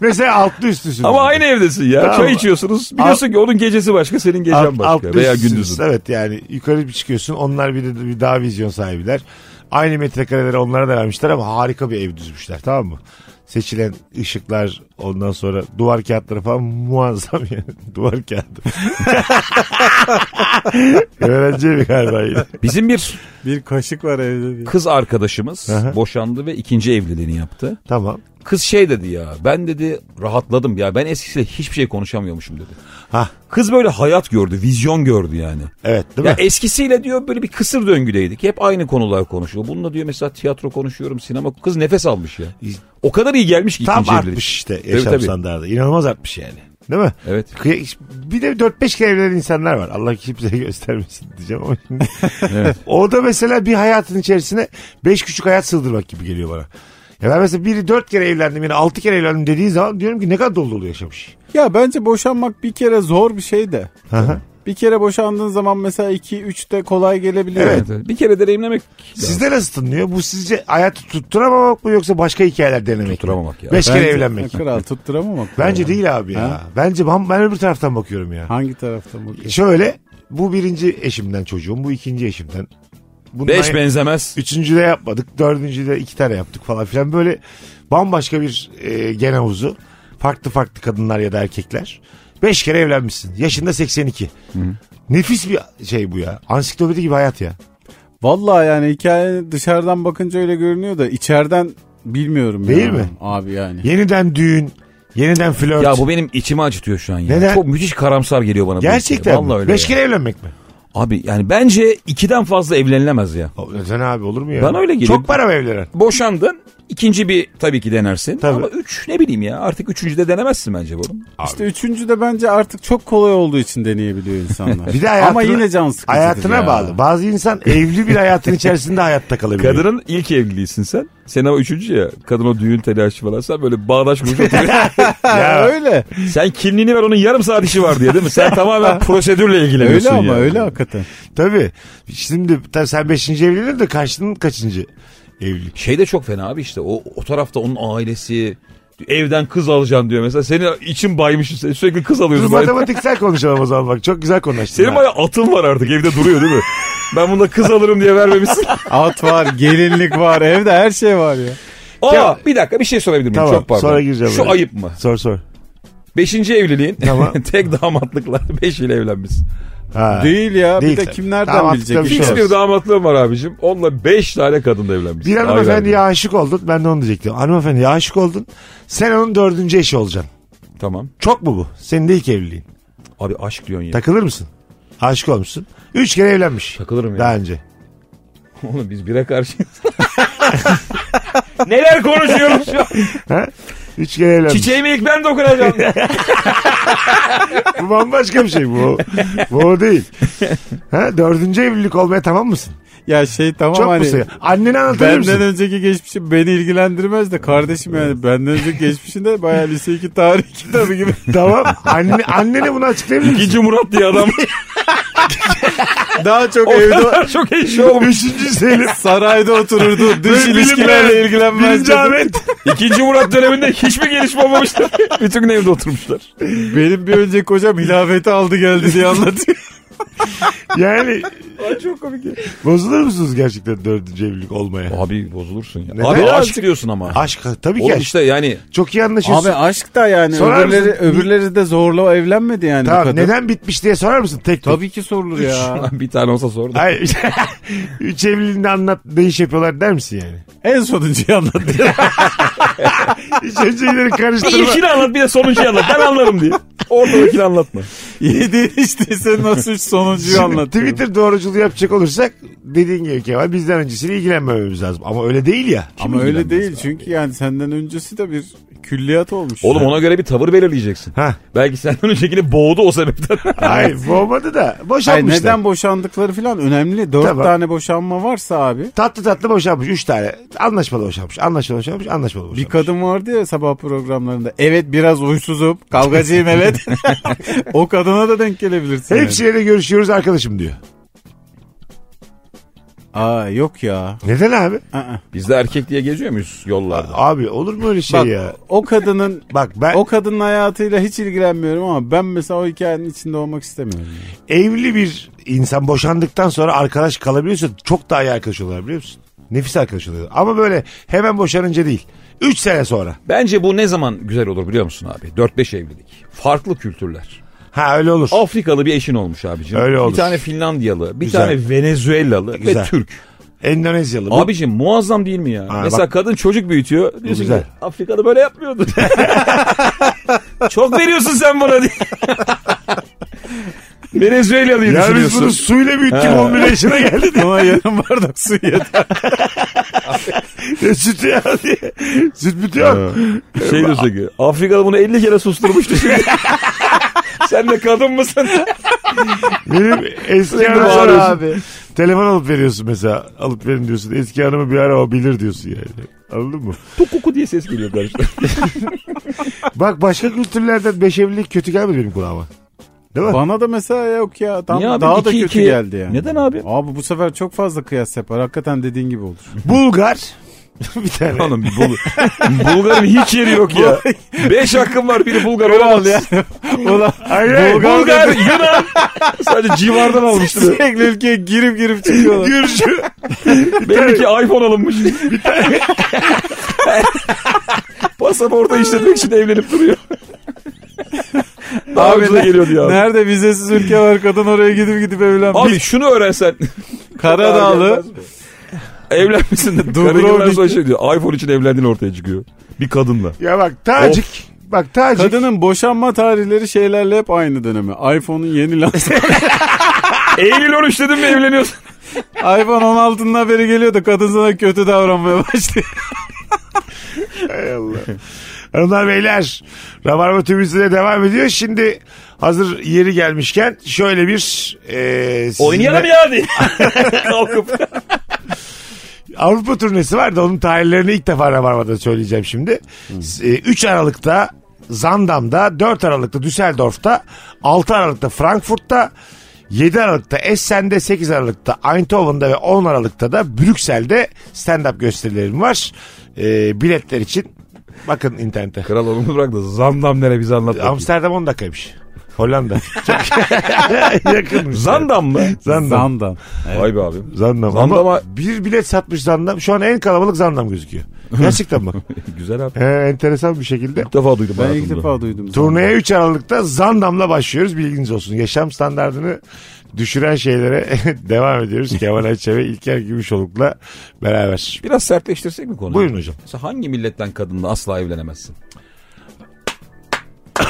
[SPEAKER 3] Mesela altlı üstlüsün.
[SPEAKER 5] Ama aynı evdesin ya.
[SPEAKER 3] Tamam.
[SPEAKER 5] Çay içiyorsunuz. Biliyorsun ki onun gecesi başka, senin gecen
[SPEAKER 3] Alt-
[SPEAKER 5] başka.
[SPEAKER 3] altlı
[SPEAKER 5] Veya
[SPEAKER 3] üstlüsünüz.
[SPEAKER 5] gündüzün.
[SPEAKER 3] Evet yani yukarı bir çıkıyorsun. Onlar bir de bir daha vizyon sahibiler. Aynı metrekareleri onlara da vermişler ama harika bir ev düzmüşler tamam mı? Seçilen ışıklar ondan sonra duvar kağıtları falan muazzam yani. Duvar kağıdı. Öğrenci evi galiba yine.
[SPEAKER 5] Bizim bir
[SPEAKER 4] Bir kaşık var evde diye.
[SPEAKER 5] kız arkadaşımız
[SPEAKER 3] Aha.
[SPEAKER 5] boşandı ve ikinci evliliğini yaptı.
[SPEAKER 3] Tamam.
[SPEAKER 5] Kız şey dedi ya ben dedi rahatladım ya ben eskisiyle hiçbir şey konuşamıyormuşum dedi.
[SPEAKER 3] Ha
[SPEAKER 5] Kız böyle hayat gördü, vizyon gördü yani.
[SPEAKER 3] evet değil
[SPEAKER 5] Ya
[SPEAKER 3] mi?
[SPEAKER 5] eskisiyle diyor böyle bir kısır döngüdeydik. Hep aynı konular konuşuyor. Bununla diyor mesela tiyatro konuşuyorum, sinema. Kız nefes almış ya. O kadar iyi gelmiş ki
[SPEAKER 3] Tam
[SPEAKER 5] ikinci evlilik.
[SPEAKER 3] artmış işte yaşam
[SPEAKER 5] tabii.
[SPEAKER 3] standartı. İnanılmaz artmış yani. Değil mi?
[SPEAKER 5] Evet.
[SPEAKER 3] Kıya- Bir de 4-5 kere evlenen insanlar var. Allah kimseye göstermesin diyeceğim ama şimdi. O da mesela bir hayatın içerisine 5 küçük hayat sığdırmak gibi geliyor bana. Ya ben mesela biri dört kere evlendim yine altı kere evlendim dediği zaman diyorum ki ne kadar dolu dolu yaşamış.
[SPEAKER 4] Ya bence boşanmak bir kere zor bir şey de.
[SPEAKER 3] Hı hı.
[SPEAKER 4] Bir kere boşandığın zaman mesela 2 3 de kolay gelebiliyor.
[SPEAKER 5] Evet. evet. Bir kere deneyimlemek
[SPEAKER 3] Sizde nasıl tınlıyor? Bu sizce hayatı tutturamamak mı yoksa başka hikayeler denemek mi?
[SPEAKER 5] Tutturamamak ya.
[SPEAKER 3] Beş
[SPEAKER 4] Bence-
[SPEAKER 3] kere evlenmek.
[SPEAKER 4] Kral tutturamamak.
[SPEAKER 3] Bence değil abi ya.
[SPEAKER 4] Ha?
[SPEAKER 3] Bence ben, ben öbür taraftan bakıyorum ya.
[SPEAKER 4] Hangi taraftan bakıyorsun?
[SPEAKER 3] Şöyle bu birinci eşimden çocuğum bu ikinci eşimden. Bundan
[SPEAKER 5] Beş benzemez.
[SPEAKER 3] Üçüncüde yapmadık. Dördüncüde iki tane yaptık falan filan. Böyle bambaşka bir e, gen havuzu. Farklı farklı kadınlar ya da erkekler. Beş kere evlenmişsin. Yaşında 82. Nefis bir şey bu ya. Ansiklopedi gibi hayat ya.
[SPEAKER 4] Vallahi yani hikaye dışarıdan bakınca öyle görünüyor da içeriden bilmiyorum.
[SPEAKER 3] Değil
[SPEAKER 4] ya.
[SPEAKER 3] mi?
[SPEAKER 4] Abi yani.
[SPEAKER 3] Yeniden düğün. Yeniden flört.
[SPEAKER 5] Ya bu benim içimi acıtıyor şu an ya.
[SPEAKER 3] Neden?
[SPEAKER 5] Çok müthiş karamsar geliyor bana. bu hikaye.
[SPEAKER 3] Gerçekten
[SPEAKER 5] Vallahi
[SPEAKER 3] mi?
[SPEAKER 5] öyle.
[SPEAKER 3] Beş
[SPEAKER 5] ya.
[SPEAKER 3] kere evlenmek mi?
[SPEAKER 5] Abi yani bence ikiden fazla evlenilemez ya.
[SPEAKER 3] O- Sen abi olur mu ya?
[SPEAKER 5] Bana öyle geliyor.
[SPEAKER 3] Çok para mı evlenen?
[SPEAKER 5] Boşandın. ikinci bir tabii ki denersin.
[SPEAKER 3] Tabii.
[SPEAKER 5] Ama üç ne bileyim ya artık üçüncüde denemezsin bence bunu.
[SPEAKER 4] İşte üçüncü de bence artık çok kolay olduğu için deneyebiliyor insanlar.
[SPEAKER 3] Bir de hayatına,
[SPEAKER 4] Ama yine can sıkıcıdır
[SPEAKER 3] Hayatına
[SPEAKER 4] ya.
[SPEAKER 3] bağlı. Bazı insan evli bir hayatın içerisinde hayatta kalabiliyor.
[SPEAKER 5] Kadının ilk evliliğisin sen. Sen ama üçüncü ya. Kadın o düğün telaşı falan. Sen böyle bağdaş kurmuş oturuyorsun.
[SPEAKER 4] Ha,
[SPEAKER 3] Ya.
[SPEAKER 4] öyle.
[SPEAKER 5] sen kimliğini ver onun yarım saat işi var diye değil mi? Sen tamamen prosedürle ilgileniyorsun
[SPEAKER 4] Öyle ama
[SPEAKER 5] yani.
[SPEAKER 4] öyle hakikaten.
[SPEAKER 3] Tabii. Şimdi tabii sen beşinci evliliğin de karşının kaçıncı evlilik?
[SPEAKER 5] Şey de çok fena abi işte o, o tarafta onun ailesi evden kız alacağım diyor mesela. Senin için baymışsın sen sürekli kız
[SPEAKER 3] Dur
[SPEAKER 5] alıyorsun. Bay-
[SPEAKER 3] matematiksel konuşalım o zaman bak. Çok güzel konuştun.
[SPEAKER 5] Senin
[SPEAKER 3] ha.
[SPEAKER 5] bayağı atın var artık evde duruyor değil mi? Ben bunda kız alırım diye vermemişsin.
[SPEAKER 4] At var, gelinlik var, evde her şey var ya.
[SPEAKER 5] Aa bir dakika bir şey sorabilir miyim?
[SPEAKER 3] Tamam,
[SPEAKER 5] Çok pardon.
[SPEAKER 3] sonra gireceğim
[SPEAKER 5] Şu
[SPEAKER 3] oraya.
[SPEAKER 5] ayıp mı?
[SPEAKER 3] Sor sor.
[SPEAKER 5] Beşinci evliliğin
[SPEAKER 3] Tamam.
[SPEAKER 5] tek damatlıkla beşiyle evlenmişsin.
[SPEAKER 3] Ha.
[SPEAKER 4] Değil ya.
[SPEAKER 3] Değil.
[SPEAKER 4] Bir de kim nereden
[SPEAKER 3] Tamam,
[SPEAKER 4] bilecek?
[SPEAKER 3] tabii
[SPEAKER 4] Bir
[SPEAKER 3] ki.
[SPEAKER 5] Fix
[SPEAKER 4] şey.
[SPEAKER 3] olsun.
[SPEAKER 5] bir damatlığım var abicim. Onunla beş tane kadınla evlenmişsin.
[SPEAKER 3] Bir
[SPEAKER 5] Ay
[SPEAKER 3] hanımefendiye
[SPEAKER 5] verdim.
[SPEAKER 3] aşık oldun. Ben de onu diyecektim. Hanımefendiye aşık oldun. Sen onun dördüncü eşi olacaksın.
[SPEAKER 5] Tamam.
[SPEAKER 3] Çok mu bu? Senin de ilk evliliğin.
[SPEAKER 5] Abi aşk diyorsun ya.
[SPEAKER 3] Takılır mısın? Aşık olmuşsun. Üç kere evlenmiş.
[SPEAKER 5] Takılırım ya.
[SPEAKER 3] Daha önce.
[SPEAKER 5] Oğlum biz bire karşıyız. Neler konuşuyoruz şu an?
[SPEAKER 3] Üç kere evlenmiş.
[SPEAKER 5] Çiçeğimi ilk ben dokunacağım.
[SPEAKER 3] Bu bambaşka bir şey bu. bu o değil. Ha, dördüncü evlilik olmaya tamam mısın?
[SPEAKER 4] Ya şey tamam
[SPEAKER 3] Çok
[SPEAKER 4] hani.
[SPEAKER 3] musun? ya? Annene anlatır
[SPEAKER 4] Benden
[SPEAKER 3] mısın?
[SPEAKER 4] önceki geçmişim beni ilgilendirmez de kardeşim yani benden önceki geçmişinde bayağı lise 2 tarih kitabı gibi.
[SPEAKER 3] tamam. Anne, annene bunu açıklayabilir misin?
[SPEAKER 5] İkinci Murat diye adam.
[SPEAKER 4] Daha çok
[SPEAKER 5] O
[SPEAKER 4] evde
[SPEAKER 5] kadar çok eşi olmuş.
[SPEAKER 3] Üçüncü Selim.
[SPEAKER 4] sarayda otururdu. Dış
[SPEAKER 3] Böyle
[SPEAKER 4] ilişkilerle
[SPEAKER 3] bilinmeyen,
[SPEAKER 4] ilgilenmez.
[SPEAKER 3] Birinci
[SPEAKER 4] dedi.
[SPEAKER 3] Ahmet.
[SPEAKER 5] İkinci Murat döneminde hiçbir gelişme olmamıştır. Bütün gün evde oturmuşlar.
[SPEAKER 4] Benim bir önceki hocam hilafeti aldı geldi diye anlatıyor.
[SPEAKER 3] Yani
[SPEAKER 5] çok komik ya.
[SPEAKER 3] bozulur musunuz gerçekten dördüncü evlilik olmaya?
[SPEAKER 5] Abi bozulursun ya.
[SPEAKER 3] Neden?
[SPEAKER 5] Abi aşk
[SPEAKER 3] Birazcık-
[SPEAKER 5] diyorsun ama.
[SPEAKER 3] Aşk tabii ki
[SPEAKER 5] Oğlum
[SPEAKER 3] aşk.
[SPEAKER 5] işte yani
[SPEAKER 3] Çok iyi anlaşıyorsun.
[SPEAKER 4] Abi aşk da yani
[SPEAKER 3] Sorar
[SPEAKER 4] öbürleri,
[SPEAKER 3] mısın?
[SPEAKER 4] öbürleri de zorla evlenmedi yani bu
[SPEAKER 3] tamam
[SPEAKER 4] kadın.
[SPEAKER 3] neden bitmiş diye sorar mısın tek tek?
[SPEAKER 4] Tabii ki sorulur ya.
[SPEAKER 5] bir tane olsa sordu.
[SPEAKER 3] Hayır. Üç evliliğinde anlat ne iş yapıyorlar der misin yani?
[SPEAKER 4] en sonuncuyu anlattı.
[SPEAKER 3] Hiç öncekileri
[SPEAKER 5] Bir
[SPEAKER 3] karıştırma.
[SPEAKER 5] ilkini anlat bir de sonuncuyu anlat. Ben anlarım diye. Ortadakini anlatma.
[SPEAKER 4] Yediğin içtiyse nasıl sonuncuyu
[SPEAKER 3] Şimdi
[SPEAKER 4] anlattı.
[SPEAKER 3] Twitter doğruculuğu yapacak olursak dediğin gibi Kemal bizden öncesiyle ilgilenmememiz lazım. Ama öyle değil ya.
[SPEAKER 4] Ama öyle değil çünkü yani senden öncesi de bir külliyat olmuş.
[SPEAKER 5] Oğlum ona göre bir tavır belirleyeceksin.
[SPEAKER 3] Ha.
[SPEAKER 5] Belki senden öncekini boğdu o sebepten.
[SPEAKER 3] Hayır bu olmadı da
[SPEAKER 4] Hayır,
[SPEAKER 3] boşanmışlar.
[SPEAKER 4] neden boşandıkları falan önemli. Dört
[SPEAKER 3] Tamam.
[SPEAKER 4] tane boşanma varsa abi.
[SPEAKER 3] Tatlı tatlı boşanmış. Üç tane. Anlaşmalı boşanmış. Anlaşmalı boşanmış. Anlaşmalı boşanmış.
[SPEAKER 4] Bir kadın vardı ya sabah programlarında. Evet biraz uysuzum. Kavgacıyım evet. o kadına da denk gelebilirsin. yani.
[SPEAKER 3] Hepsiyle de görüşüyoruz arkadaşım diyor.
[SPEAKER 4] Aa yok ya.
[SPEAKER 3] Neden abi?
[SPEAKER 4] Aa.
[SPEAKER 5] Biz de erkek diye geziyor muyuz yollarda?
[SPEAKER 3] Abi olur mu öyle şey
[SPEAKER 4] Bak
[SPEAKER 3] ya?
[SPEAKER 4] o kadının
[SPEAKER 3] Bak ben
[SPEAKER 4] o kadının hayatıyla hiç ilgilenmiyorum ama ben mesela o hikayenin içinde olmak istemiyorum. yani.
[SPEAKER 3] evli bir insan boşandıktan sonra arkadaş kalabiliyorsa çok daha iyi arkadaş oluyorlar biliyor musun? Nefis arkadaş oluyorlar. Ama böyle hemen boşanınca değil. Üç sene sonra.
[SPEAKER 5] Bence bu ne zaman güzel olur biliyor musun abi? 4-5 evlilik. Farklı kültürler.
[SPEAKER 3] Ha öyle olur.
[SPEAKER 5] Afrikalı bir eşin olmuş abicim.
[SPEAKER 3] Öyle olur.
[SPEAKER 5] Bir tane Finlandiyalı, bir
[SPEAKER 3] Güzel.
[SPEAKER 5] tane Venezuelalı
[SPEAKER 3] Güzel.
[SPEAKER 5] ve Türk.
[SPEAKER 3] Endonezyalı. Bu-
[SPEAKER 5] Abicim muazzam değil mi ya?
[SPEAKER 3] Ha,
[SPEAKER 5] Mesela
[SPEAKER 3] bak-
[SPEAKER 5] kadın çocuk büyütüyor. Diyorsun
[SPEAKER 3] güzel.
[SPEAKER 5] ki Afrika'da böyle yapmıyordu. Çok veriyorsun sen bana diye. Venezuela'lıyı
[SPEAKER 3] Ya biz
[SPEAKER 5] düşünüyorsun.
[SPEAKER 3] bunu suyla büyüttük 11 yaşına geldi diye.
[SPEAKER 4] Ama yarım bardak su yeter.
[SPEAKER 3] Ya Süt ya diye. Süt bitiyor.
[SPEAKER 5] Şey diyorsun ki Afrika'da bunu 50 kere susturmuştu şimdi. sen de kadın mısın?
[SPEAKER 3] Benim eski hanıma
[SPEAKER 5] bağırıyorsun.
[SPEAKER 3] abi. Telefon alıp veriyorsun mesela. Alıp verin diyorsun. Eski hanımı bir ara o bilir diyorsun yani. Anladın mı?
[SPEAKER 5] Tukuku diye ses geliyor karşıdan.
[SPEAKER 3] Bak başka kültürlerden beş evlilik kötü gelmedi benim kulağıma. Değil mi?
[SPEAKER 4] Bana da mesela yok ya. Tam
[SPEAKER 5] Niye abi?
[SPEAKER 4] daha da
[SPEAKER 5] İki,
[SPEAKER 4] kötü
[SPEAKER 5] iki.
[SPEAKER 4] geldi yani.
[SPEAKER 5] Neden abi?
[SPEAKER 4] Abi bu sefer çok fazla kıyas yapar. Hakikaten dediğin gibi olur.
[SPEAKER 3] Bulgar. bir tane.
[SPEAKER 5] Oğlum Bul Bulgar'ın hiç yeri yok ya. Beş hakkım var biri Bulgar olamaz. Ya.
[SPEAKER 4] Ulan
[SPEAKER 3] Aynen.
[SPEAKER 4] Bulgar-
[SPEAKER 5] Bulgar, Yunan. Sadece civardan almıştır.
[SPEAKER 4] sürekli ülkeye girip girip çıkıyorlar.
[SPEAKER 3] Gürcü.
[SPEAKER 5] Belli ki iPhone alınmış. Pasaporta işletmek için evlenip duruyor. Daha
[SPEAKER 4] Abi
[SPEAKER 5] ucuza
[SPEAKER 4] ne-
[SPEAKER 5] geliyordu ya.
[SPEAKER 4] Nerede vizesiz ülke var kadın oraya gidip gidip evlenmiş.
[SPEAKER 5] Abi şunu öğrensen.
[SPEAKER 4] Karadağlı.
[SPEAKER 5] Evlenmişsin de
[SPEAKER 4] Dubrovnik.
[SPEAKER 5] Dubrovnik. sonra şey diyor. iPhone için evlendiğin ortaya çıkıyor. Bir kadınla.
[SPEAKER 3] Ya bak Tacik. Bak Tacik.
[SPEAKER 4] Kadının boşanma tarihleri şeylerle hep aynı dönemi. iPhone'un yeni lansmanı.
[SPEAKER 5] Eylül 13 dedim mi evleniyorsun?
[SPEAKER 4] iPhone 16'nın haberi geliyor da kadın sana kötü davranmaya başlıyor.
[SPEAKER 3] Hay Allah. Hanımlar beyler. Rabarba tümümüzde de devam ediyor. Şimdi hazır yeri gelmişken şöyle bir e, sizinle-
[SPEAKER 5] Oynayalım ya hadi. Kalkıp.
[SPEAKER 3] Avrupa turnesi var da onun tarihlerini ilk defa Rabarba'da söyleyeceğim şimdi. E, 3 Aralık'ta Zandam'da, 4 Aralık'ta Düsseldorf'ta, 6 Aralık'ta Frankfurt'ta, 7 Aralık'ta Essen'de, 8 Aralık'ta Eindhoven'da ve 10 Aralık'ta da Brüksel'de stand-up gösterilerim var. E, biletler için bakın internete.
[SPEAKER 5] Kral onu bırak da zamdam nere bizi anlat. bakayım.
[SPEAKER 3] Amsterdam 10 dakikaymış. Hollanda. Çok yakınmış.
[SPEAKER 5] Zandam mı?
[SPEAKER 3] Zandam.
[SPEAKER 4] Zandan.
[SPEAKER 5] Vay be abim.
[SPEAKER 3] Zandam.
[SPEAKER 5] Zandam'a-
[SPEAKER 3] Ama bir bilet satmış Zandam. Şu an en kalabalık Zandam gözüküyor. Gerçekten bak.
[SPEAKER 5] Güzel abi.
[SPEAKER 3] He, enteresan bir şekilde.
[SPEAKER 5] İlk defa duydum
[SPEAKER 4] Ben ilk
[SPEAKER 5] hayatımda.
[SPEAKER 4] defa duydum.
[SPEAKER 3] Turneye 3 Aralık'ta Zandam'la başlıyoruz. Bilginiz olsun. Yaşam standartını düşüren şeylere devam ediyoruz. Kemal Ayça ve İlker Gümüşoluk'la beraber.
[SPEAKER 5] Biraz sertleştirsek mi konuyu?
[SPEAKER 3] Buyurun hocam.
[SPEAKER 5] Mesela hangi milletten kadınla asla evlenemezsin?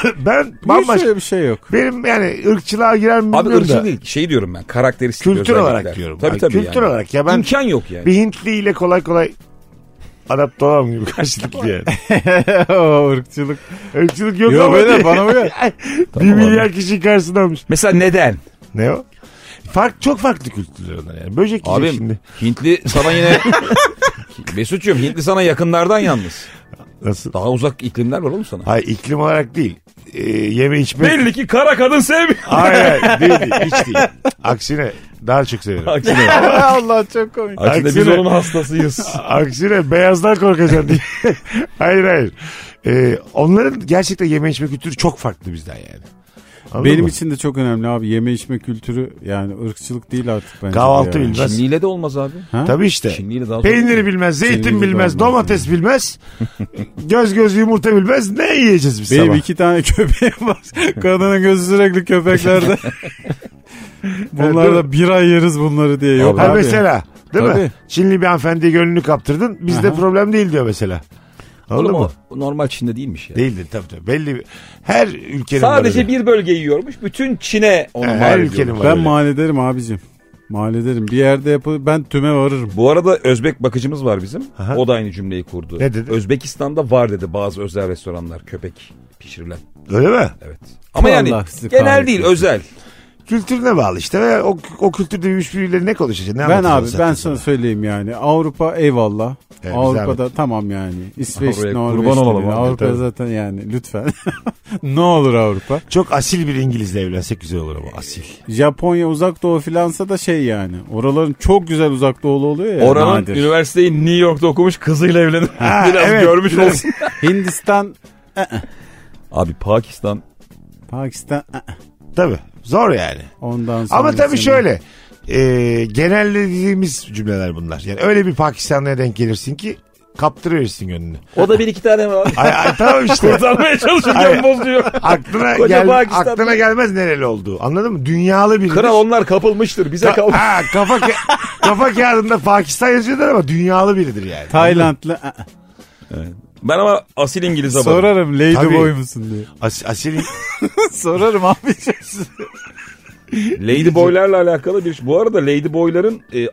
[SPEAKER 3] Ben
[SPEAKER 4] Bambaşka.
[SPEAKER 3] bambaşka...
[SPEAKER 4] bir şey yok.
[SPEAKER 3] Benim yani ırkçılığa giren
[SPEAKER 5] Abi
[SPEAKER 3] bilmiyorum
[SPEAKER 5] ırkçı
[SPEAKER 3] da.
[SPEAKER 5] değil. Şey diyorum ben. Karakteristik
[SPEAKER 3] Kültür
[SPEAKER 5] özellikler.
[SPEAKER 3] olarak diyorum.
[SPEAKER 5] Tabii
[SPEAKER 3] Yani
[SPEAKER 5] tabii
[SPEAKER 3] kültür
[SPEAKER 5] yani.
[SPEAKER 3] olarak ya ben-
[SPEAKER 5] İmkan yok yani.
[SPEAKER 3] Bir Hintliyle kolay kolay adapte olamam gibi karşılıklı yani.
[SPEAKER 4] O ırkçılık.
[SPEAKER 3] Irkçılık yok
[SPEAKER 4] Yok
[SPEAKER 3] ama
[SPEAKER 4] öyle
[SPEAKER 3] diye.
[SPEAKER 4] bana uyar.
[SPEAKER 3] bir milyar kişi karşısına almış.
[SPEAKER 5] Mesela neden?
[SPEAKER 3] Ne o? Fark, çok farklı kültürler onlar yani. Böcek yiyecek
[SPEAKER 5] Abim
[SPEAKER 3] şimdi.
[SPEAKER 5] Hintli sana yine... Mesut'cum Hintli sana yakınlardan yalnız.
[SPEAKER 3] Nasıl?
[SPEAKER 5] Daha uzak iklimler var oğlum sana.
[SPEAKER 3] Hayır iklim olarak değil. Ee, yeme içme.
[SPEAKER 5] Belli ki kara kadın sevmiyor.
[SPEAKER 3] Hayır hayır değil, değil hiç değil. Aksine daha çok severim.
[SPEAKER 5] Aksine,
[SPEAKER 4] Allah çok komik.
[SPEAKER 5] aksine biz
[SPEAKER 3] Aksine.
[SPEAKER 5] onun hastasıyız.
[SPEAKER 3] Aksine beyazdan korkacaksın diye. hayır hayır. Ee, onların gerçekten yeme içme kültürü çok farklı bizden yani. Anladın
[SPEAKER 4] Benim
[SPEAKER 3] mı?
[SPEAKER 4] için de çok önemli abi. Yeme içme kültürü yani ırkçılık değil artık bence.
[SPEAKER 3] Kahvaltı
[SPEAKER 4] yani.
[SPEAKER 3] bilmez.
[SPEAKER 5] Çinliyle de olmaz abi.
[SPEAKER 4] Ha?
[SPEAKER 3] Tabii işte.
[SPEAKER 5] Çinliyle daha zor.
[SPEAKER 3] Peyniri bilmez, zeytin
[SPEAKER 4] Çinliyle de
[SPEAKER 3] bilmez,
[SPEAKER 4] olmaz.
[SPEAKER 3] domates bilmez, göz göz yumurta bilmez. Ne yiyeceğiz biz
[SPEAKER 4] Benim
[SPEAKER 3] sabah?
[SPEAKER 4] iki tane köpeğim var. Kadının gözü sürekli köpeklerde. bunlar da bir ay yeriz bunları diye. Yok
[SPEAKER 3] Ha
[SPEAKER 4] abi.
[SPEAKER 3] mesela. Değil
[SPEAKER 4] Tabii.
[SPEAKER 3] mi? Çinli bir hanımefendiye gönlünü kaptırdın. Bizde problem değil diyor mesela. Anladın
[SPEAKER 5] Oğlum
[SPEAKER 3] mı?
[SPEAKER 5] o o normal Çin'de değilmiş ya.
[SPEAKER 3] Değildir tabii tabii. Belli bir- her ülkenin var
[SPEAKER 5] Sadece
[SPEAKER 3] öyle.
[SPEAKER 5] bir bölge yiyormuş. Bütün Çin'e onu
[SPEAKER 3] He,
[SPEAKER 5] mal
[SPEAKER 3] her
[SPEAKER 5] ediyormuş.
[SPEAKER 3] ülkenin var.
[SPEAKER 4] Ben
[SPEAKER 3] öyle.
[SPEAKER 4] mal ederim abicim. Mal ederim. Bir yerde yapı ben tüme varırım.
[SPEAKER 5] Bu arada Özbek bakıcımız var bizim.
[SPEAKER 3] Aha.
[SPEAKER 5] O da aynı cümleyi kurdu.
[SPEAKER 3] Ne dedi?
[SPEAKER 5] Özbekistan'da var dedi bazı özel restoranlar köpek pişirilen.
[SPEAKER 3] Öyle mi?
[SPEAKER 5] Evet. Ama
[SPEAKER 4] Allah
[SPEAKER 5] yani
[SPEAKER 4] sizi
[SPEAKER 5] genel
[SPEAKER 4] kahretsin.
[SPEAKER 5] değil özel.
[SPEAKER 3] Kültürüne bağlı işte. Ve o, o kültürde büyümüş birileri ne konuşacak? Ne
[SPEAKER 4] Ben
[SPEAKER 3] anlatacak
[SPEAKER 4] abi
[SPEAKER 3] zaten
[SPEAKER 4] ben sana söyleyeyim yani. Avrupa eyvallah.
[SPEAKER 3] Evet,
[SPEAKER 4] Avrupa'da tamam yani. İsveç,
[SPEAKER 5] Oraya
[SPEAKER 4] Norveç.
[SPEAKER 5] kurban olalım
[SPEAKER 4] gibi.
[SPEAKER 5] abi,
[SPEAKER 4] Avrupa
[SPEAKER 3] tabii.
[SPEAKER 4] zaten yani lütfen. ne olur Avrupa.
[SPEAKER 3] Çok asil bir İngilizle evlensek güzel olur ama asil.
[SPEAKER 4] Japonya uzak doğu filansa da şey yani. Oraların çok güzel uzak doğulu oluyor ya.
[SPEAKER 5] Oranın
[SPEAKER 4] nadir.
[SPEAKER 5] üniversiteyi New York'ta okumuş kızıyla evlenir.
[SPEAKER 3] Ha,
[SPEAKER 5] biraz
[SPEAKER 3] evet,
[SPEAKER 5] görmüş
[SPEAKER 3] biraz.
[SPEAKER 5] olsun.
[SPEAKER 4] Hindistan,
[SPEAKER 5] Abi Pakistan
[SPEAKER 4] Pakistan ı, ı.
[SPEAKER 3] Tabii. Zor yani.
[SPEAKER 4] ondan sonra.
[SPEAKER 3] Ama tabii
[SPEAKER 4] senin-
[SPEAKER 3] şöyle. E, genellediğimiz cümleler bunlar. Yani öyle bir Pakistanlı'ya denk gelirsin ki kaptırıverirsin gönlünü.
[SPEAKER 5] o da bir iki tane var.
[SPEAKER 3] Ay, ay, tamam işte.
[SPEAKER 5] Kurtarmaya
[SPEAKER 3] Hayır.
[SPEAKER 5] çalışırken bozuyor.
[SPEAKER 3] aklına,
[SPEAKER 5] Koca
[SPEAKER 3] gel,
[SPEAKER 5] Pakistan'da.
[SPEAKER 3] aklına gelmez nereli olduğu. Anladın mı? Dünyalı bir.
[SPEAKER 5] Kral onlar kapılmıştır bize
[SPEAKER 3] Ka-
[SPEAKER 5] kalmış.
[SPEAKER 3] ha, kafa, ka- kafa kağıdında Pakistan yazıyorlar ama dünyalı biridir yani.
[SPEAKER 4] Taylandlı. ı, ı.
[SPEAKER 5] Ben ama asil İngiliz varım.
[SPEAKER 4] Sorarım
[SPEAKER 3] Tabii.
[SPEAKER 4] Lady Boy musun diye.
[SPEAKER 3] As- asil
[SPEAKER 4] Sorarım abi.
[SPEAKER 5] Lady Boy'larla alakalı bir şey. Bu arada Lady Boy'ların e,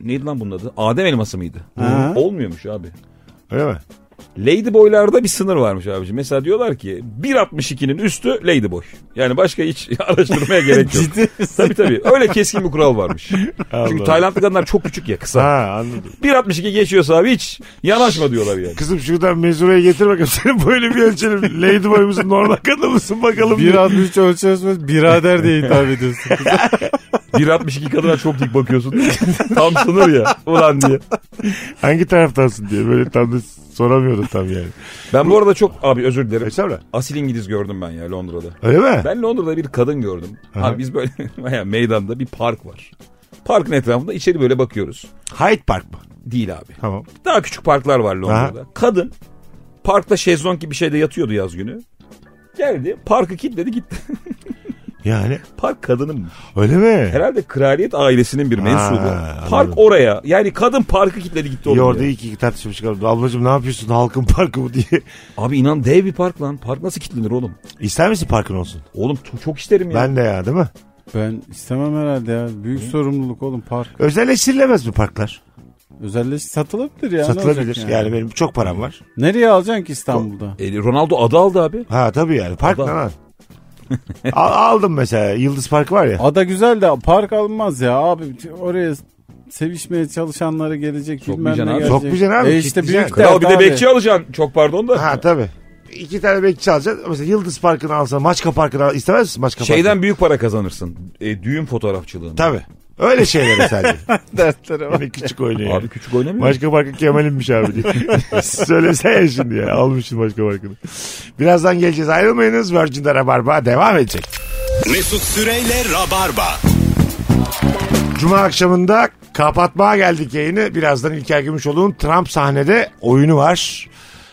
[SPEAKER 5] neydi lan bunun adı? Adem elması mıydı?
[SPEAKER 4] Ha.
[SPEAKER 5] Olmuyormuş abi.
[SPEAKER 3] öyle mi?
[SPEAKER 5] Ladyboy'larda bir sınır varmış abiciğim. Mesela diyorlar ki 1.62'nin üstü Ladyboy. Yani başka hiç araştırmaya gerek yok.
[SPEAKER 4] Ciddi misin?
[SPEAKER 5] tabii tabii. Öyle keskin bir kural varmış. Çünkü
[SPEAKER 3] Allah.
[SPEAKER 5] Taylandlı kadınlar çok küçük ya kısa.
[SPEAKER 3] Ha anladım.
[SPEAKER 5] 1.62 geçiyorsa abi hiç yanaşma diyorlar yani.
[SPEAKER 3] Kızım şuradan mezuraya getir bakalım. Senin böyle bir ölçelim. Ladyboy musun? Normal kadın mısın bakalım. diye.
[SPEAKER 4] 1.63 ölçüyorsunuz birader diye hitap ediyorsun.
[SPEAKER 5] 1.62 kadına çok dik bakıyorsun. Tam sınır ya. Ulan diye.
[SPEAKER 3] Hangi taraftansın diye böyle tam da soramıyordu tam yani.
[SPEAKER 5] Ben bu arada çok abi özür dilerim.
[SPEAKER 3] Estağfurullah.
[SPEAKER 5] Asil İngiliz gördüm ben ya Londra'da.
[SPEAKER 3] Öyle mi?
[SPEAKER 5] Ben Londra'da bir kadın gördüm. Abi biz böyle bayağı meydanda bir park var. Parkın etrafında içeri böyle bakıyoruz.
[SPEAKER 3] Hyde Park mı?
[SPEAKER 5] Değil abi.
[SPEAKER 3] Tamam.
[SPEAKER 5] Daha küçük parklar var Londra'da. Kadın parkta şezlong gibi bir şeyde yatıyordu yaz günü. Geldi parkı kilitledi gitti.
[SPEAKER 3] Yani
[SPEAKER 5] Park kadının
[SPEAKER 3] öyle mi?
[SPEAKER 5] herhalde kraliyet ailesinin bir mensubu.
[SPEAKER 3] anladım.
[SPEAKER 5] Park oraya yani kadın parkı kilitledi gitti
[SPEAKER 3] İyi
[SPEAKER 5] oğlum
[SPEAKER 3] orada
[SPEAKER 5] ya.
[SPEAKER 3] iyi ki tartışma çıkalım. Ablacığım ne yapıyorsun halkın parkı mı diye.
[SPEAKER 5] Abi inan dev bir park lan. Park nasıl kilitlenir oğlum?
[SPEAKER 3] İster misin parkın olsun?
[SPEAKER 5] Oğlum çok, çok isterim ya.
[SPEAKER 3] Ben de ya değil mi?
[SPEAKER 4] Ben istemem herhalde ya. Büyük sorumluluk oğlum park.
[SPEAKER 3] Özelleştirilemez mi parklar?
[SPEAKER 4] Özelleşti satılabilir ya. ne olacak
[SPEAKER 3] Satılabilir. Yani. benim çok param var.
[SPEAKER 4] Nereye alacaksın ki İstanbul'da?
[SPEAKER 5] E, Ronaldo adı aldı abi.
[SPEAKER 3] Ha tabii yani park ne
[SPEAKER 5] Adam.
[SPEAKER 3] lan? Al- aldım mesela Yıldız Park var ya.
[SPEAKER 4] Ada güzel de park alınmaz ya abi. Oraya sevişmeye çalışanlara gelecek bilmem ne
[SPEAKER 5] Sokmayacaksın abi.
[SPEAKER 4] gelecek.
[SPEAKER 3] Sokmayacaksın abi,
[SPEAKER 4] E işte
[SPEAKER 3] kitleyen.
[SPEAKER 4] büyük
[SPEAKER 5] Kral
[SPEAKER 4] dert
[SPEAKER 5] bir de
[SPEAKER 4] abi.
[SPEAKER 5] bekçi alacaksın. Çok pardon da.
[SPEAKER 3] Ha tabii. İki tane bekçi alacaksın. Mesela Yıldız Parkı'nı alsan Maçka Parkı'nı al. İstemez misin Maçka Parkı'nı?
[SPEAKER 5] Şeyden büyük para kazanırsın. E, düğün fotoğrafçılığında.
[SPEAKER 3] Tabii. Öyle şeyler sadece.
[SPEAKER 4] Dertlere bak.
[SPEAKER 3] Hani küçük oynuyor.
[SPEAKER 5] Abi küçük oynamıyor.
[SPEAKER 3] Başka parkın Kemal'inmiş abi diye. Söylesene ya şimdi ya. Almışsın başka parkını. Birazdan geleceğiz. Ayrılmayınız. Virgin'de Rabarba devam edecek.
[SPEAKER 2] Mesut Süreyle Rabarba.
[SPEAKER 3] Cuma akşamında kapatmaya geldik yayını. Birazdan İlker Gümüşoğlu'nun Trump sahnede oyunu var.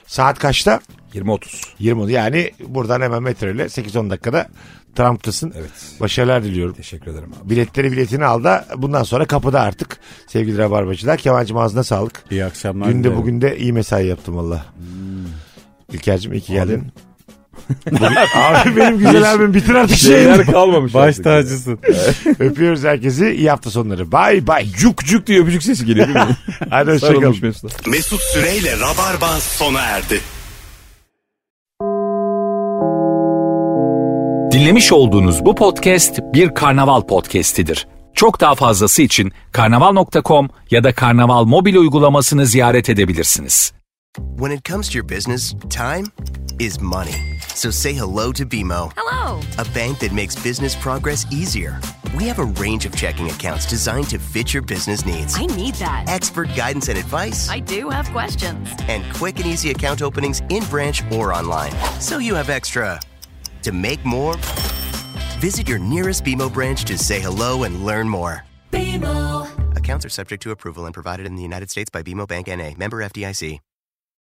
[SPEAKER 3] Saat kaçta?
[SPEAKER 5] 20-30.
[SPEAKER 3] 20. Yani buradan hemen metreyle 8-10 dakikada Trump'tasın.
[SPEAKER 5] Evet.
[SPEAKER 3] Başarılar diliyorum.
[SPEAKER 5] Teşekkür ederim abi.
[SPEAKER 3] Biletleri biletini al da bundan sonra kapıda artık sevgili Rabarbacılar. Kemal'cim ağzına sağlık.
[SPEAKER 4] İyi akşamlar.
[SPEAKER 3] Günde
[SPEAKER 4] dilerim.
[SPEAKER 3] bugün de iyi mesai yaptım valla. İlker'cim iyi ki geldin. Bugün- abi benim güzel abim bitir artık şeyini.
[SPEAKER 5] Şeyler kalmamış.
[SPEAKER 4] Baş
[SPEAKER 5] artık ya.
[SPEAKER 4] tacısın.
[SPEAKER 3] Öpüyoruz herkesi. İyi hafta sonları. Bay bay.
[SPEAKER 5] Cuk cuk diye öpücük sesi geliyor değil mi?
[SPEAKER 3] Hadi hoşçakalın.
[SPEAKER 5] Sarılmış Mesut'a.
[SPEAKER 2] Mesut Süreyle Rabarba sona erdi.
[SPEAKER 1] Dinlemiş olduğunuz bu podcast bir karnaval podcastidir. Çok daha fazlası için karnaval.com ya da karnaval mobil uygulamasını ziyaret edebilirsiniz.
[SPEAKER 6] When it comes to your business, time is money. So say hello to BMO,
[SPEAKER 7] Hello.
[SPEAKER 6] a bank that makes business progress easier. We have a range of checking accounts designed to fit your business needs.
[SPEAKER 7] I need that.
[SPEAKER 6] Expert guidance and advice,
[SPEAKER 7] I do have questions.
[SPEAKER 6] and quick and easy account openings in branch or online. So you have extra. To make more, visit your nearest BMO branch to say hello and learn more. BMO. Accounts are subject to approval and provided in the United States by BMO Bank NA, member FDIC.